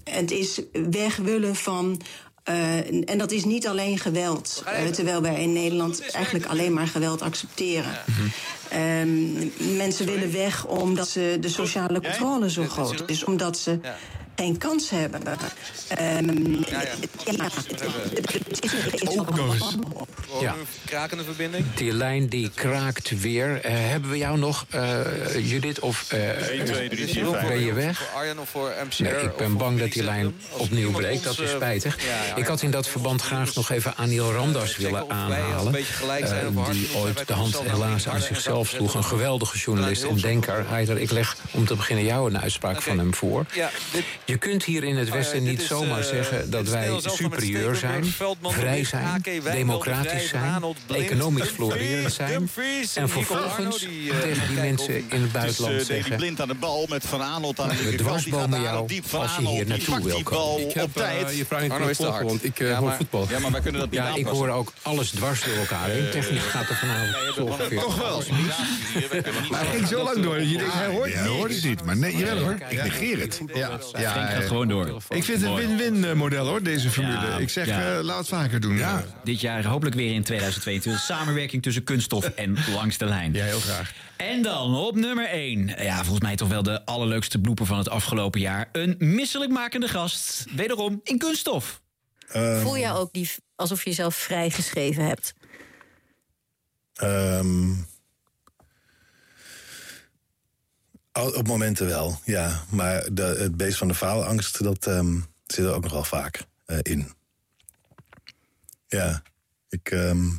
Q: Het is weg willen van. eh, en dat is niet alleen geweld. eh, terwijl wij in Nederland eigenlijk alleen maar geweld accepteren. Ehm, mensen willen weg omdat ze de sociale controle zo groot is. Omdat ze geen kans hebben. Ehm, ja, het is- het is-
P: Ja.
R: Krakende verbinding.
P: Die lijn die kraakt weer. Eh, hebben we jou nog, eh, Judith? Of, eh, Ben je weg?
R: Voor Arjan of voor MCR?
P: Nee, ik ben bang dat die lijn opnieuw breekt. Dat
R: eh,
P: is spijtig. Ik had in dat verband graag nog even Aniel Ramdas willen aanhalen. eh, Die ooit de hand helaas aan zichzelf sloeg. Een geweldige journalist en denker. Heider, ik leg om te beginnen jou een uitspraak van hem voor.
S: Je kunt hier in
P: Oh
S: het
A: Eh,
S: Westen niet zomaar
P: eh,
S: zeggen dat wij superieur zijn, vrij zijn, democratisch zijn, economisch florerend zijn. En vervolgens
P: eh,
S: tegen die mensen in het buitenland
T: Dus, eh, die
S: zeggen.
T: blind aan de bal met Van Aanholt aan de
S: We
T: linkerkant. Die gaat
S: dwarsbomen
T: daar
S: jou
T: diep Van
S: als je
T: Aanholt.
S: hier
T: Die
S: naartoe
T: pakt
S: wil
T: die bal
S: komen.
T: op tijd.
S: eh, je vraag niet
T: Arno
S: meer
T: is te
S: volgen,
T: hard.
S: want ik eh,
T: Ja,
S: hoor
T: maar-
S: voetbal.
T: Ja, maar wij kunnen dat niet
S: Ja, ik
T: aanpassen.
S: hoor ook alles dwars door elkaar heen. Technisch gaat er vanavond zo ongeveer.
D: Toch wel.
C: Maar het ging zo lang door dat je denkt, hij hoort
D: Ja, hoor het niet. Maar nee, jawel hoor. Ik negeer het.
C: Ja, eh,
D: ja,
C: Henk
D: gaat
A: gewoon door.
C: Ik vind het een
A: Mooi.
C: win-win eh, model hoor, deze formule.
A: Ja,
C: ik zeg,
A: ja.
C: eh, laat het vaker doen. eh. Ja.
A: Dit jaar hopelijk weer in 2022. Samenwerking tussen kunststof en langs de lijn. Ja, heel graag. En dan op nummer 1. Ja, volgens mij toch wel de allerleukste blooper van het afgelopen jaar. Een misselijkmakende gast. Wederom in kunststof.
Q: Voel je ook die, alsof je jezelf vrijgeschreven hebt?
U: Ehm, al- op momenten wel, ja. Maar de, het beest van de faalangst, dat ehm, zit er ook nogal vaak eh, in. Ja, ik, ehm, ik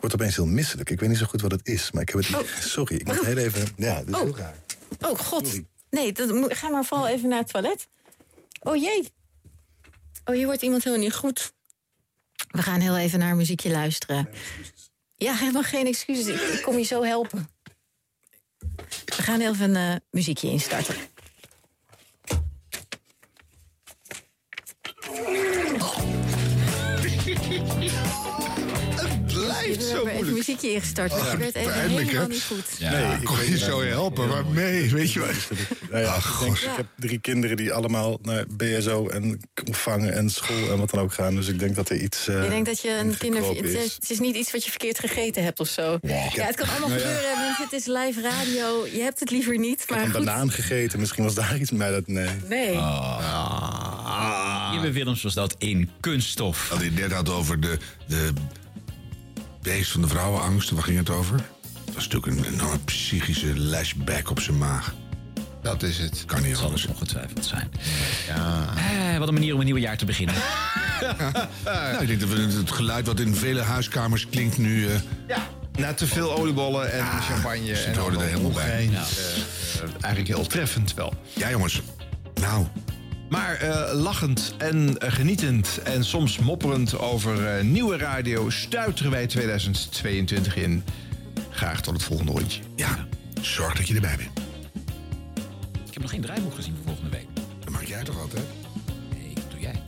U: word opeens heel misselijk. Ik weet niet zo goed wat het is, maar ik heb het... Sorry, ik moet heel even... Ja, dit is heel raar.
Q: Oh god. Nee, dat, moet- ga maar vooral even naar het toilet. Oh jee. Oh, hier wordt iemand heel niet goed. We gaan heel even naar muziekje luisteren. Ja, helemaal geen excuses. Ik, ik kom je zo helpen. We gaan heel even een eh, muziekje instarten.
C: [LAUGHS] Het blijft zo Oh,
Q: moeilijk. Even muziekje ingestart, want je werd even
C: pijnlijk, hè?
Q: helemaal niet goed.
C: Nee, ik kon je zo helpen, maar mee, weet je wel.
U: Nou ja, ik, denk, ik heb drie kinderen die allemaal naar BSO en k- opvang en school en wat dan ook gaan. Dus ik denk dat er iets. eh,
Q: Je denkt dat je een kinder...
U: ingekropen
Q: Het is,
U: is.
Q: het is niet iets wat je verkeerd gegeten hebt of zo. Ja, het kan allemaal
U: Nou ja.
Q: gebeuren, want het is live radio. Je hebt het liever niet, maar
U: een
Q: goed.
U: banaan gegeten, misschien was daar iets mee. Dat, nee.
Q: Nee.
A: Jimmy Willems was dat in kunststof.
D: Had hij het net had over de, de beest van de vrouwenangst. Waar ging het over? Dat is natuurlijk een enorme psychische lashback op zijn maag.
C: Dat is het.
D: Kan niet
A: Zal
D: anders.
A: het ongetwijfeld zijn. Eh, wat een manier om een nieuw jaar te beginnen.
D: Nou, ik denk dat we het- het geluid wat in vele huiskamers klinkt nu... eh
C: Na te veel oliebollen en champagne.
D: ze
C: en
D: horen er helemaal bij.
C: omgein,
D: Ja.
C: eh, eh, eigenlijk heel treffend wel.
D: Ja, jongens. Nou.
C: Maar eh, lachend en eh, genietend en soms mopperend over eh, nieuwe radio stuiteren wij 2022 in. Graag tot het volgende rondje.
D: Ja, zorg dat je erbij bent.
A: Ik heb nog geen draaiboek gezien voor volgende week.
D: Dat maak jij toch altijd?
A: Nee, dat doe jij.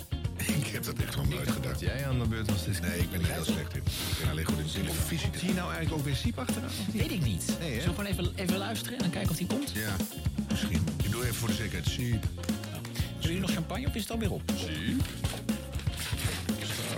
D: Ik heb dat echt nog nooit gedaan. Dat
C: jij aan de beurt was.
D: Nee, ik ben er heel slecht in. Ik ben alleen goed in televisie.
C: Zie je nou eigenlijk ook weer Siep achteraan?
A: Weet ik niet. Zullen we gewoon even, even luisteren en dan kijken of die komt?
D: Ja, misschien. Ik doe even voor de zekerheid. Zie.
A: Hebben jullie nog champagne of is het alweer op? Zie.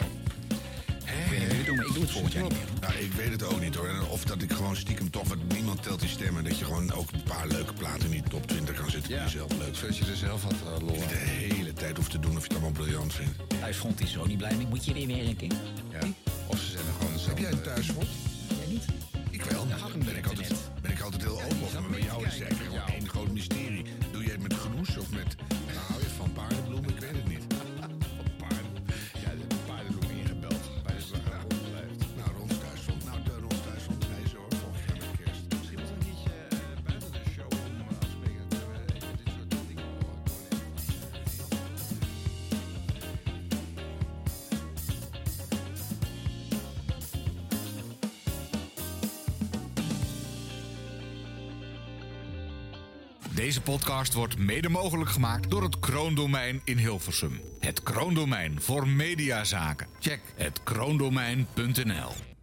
D: Ik weet niet hoe doen, maar ik doe het volgend jaar niet meer. Nou, ik weet het ook niet hoor. En Of dat ik gewoon stiekem toch, want niemand telt die stemmen... dat je gewoon ook een paar leuke platen in die top 20 kan zetten die je zelf leuk vindt.
C: Zoals je er zelf had, eh, lol
D: de hele tijd hoeft te doen of je het allemaal briljant vindt.
A: Thuisgrond is zo niet blij mee. Moet je weer werken?
C: Ja. Of ze zijn er gewoon zo.
D: Heb jij een thuisgrond?
A: Jij niet?
D: Ik wel. Dan ben ik altijd, ben ik altijd heel open over. Maar bij jou is het eigenlijk gewoon één groot mysterie. Doe jij het met genoes of met... Nou, hou je van paardenbloem? Ik weet [LAUGHS] het niet. Van paarden... Ja, er hebben paardenbloem ingebeld. Bij de slag Nou, Ron's thuisgrond. Nou, de Ron's thuisgrond. Hij zo hoor. Volgend jaar met kerst. Misschien was een liedje buiten de show om eh, afspelen. eh, Oh,
V: Deze podcast wordt mede mogelijk gemaakt door het Kroondomein in Hilversum. Het Kroondomein voor mediazaken. Check het kroondomein.nl.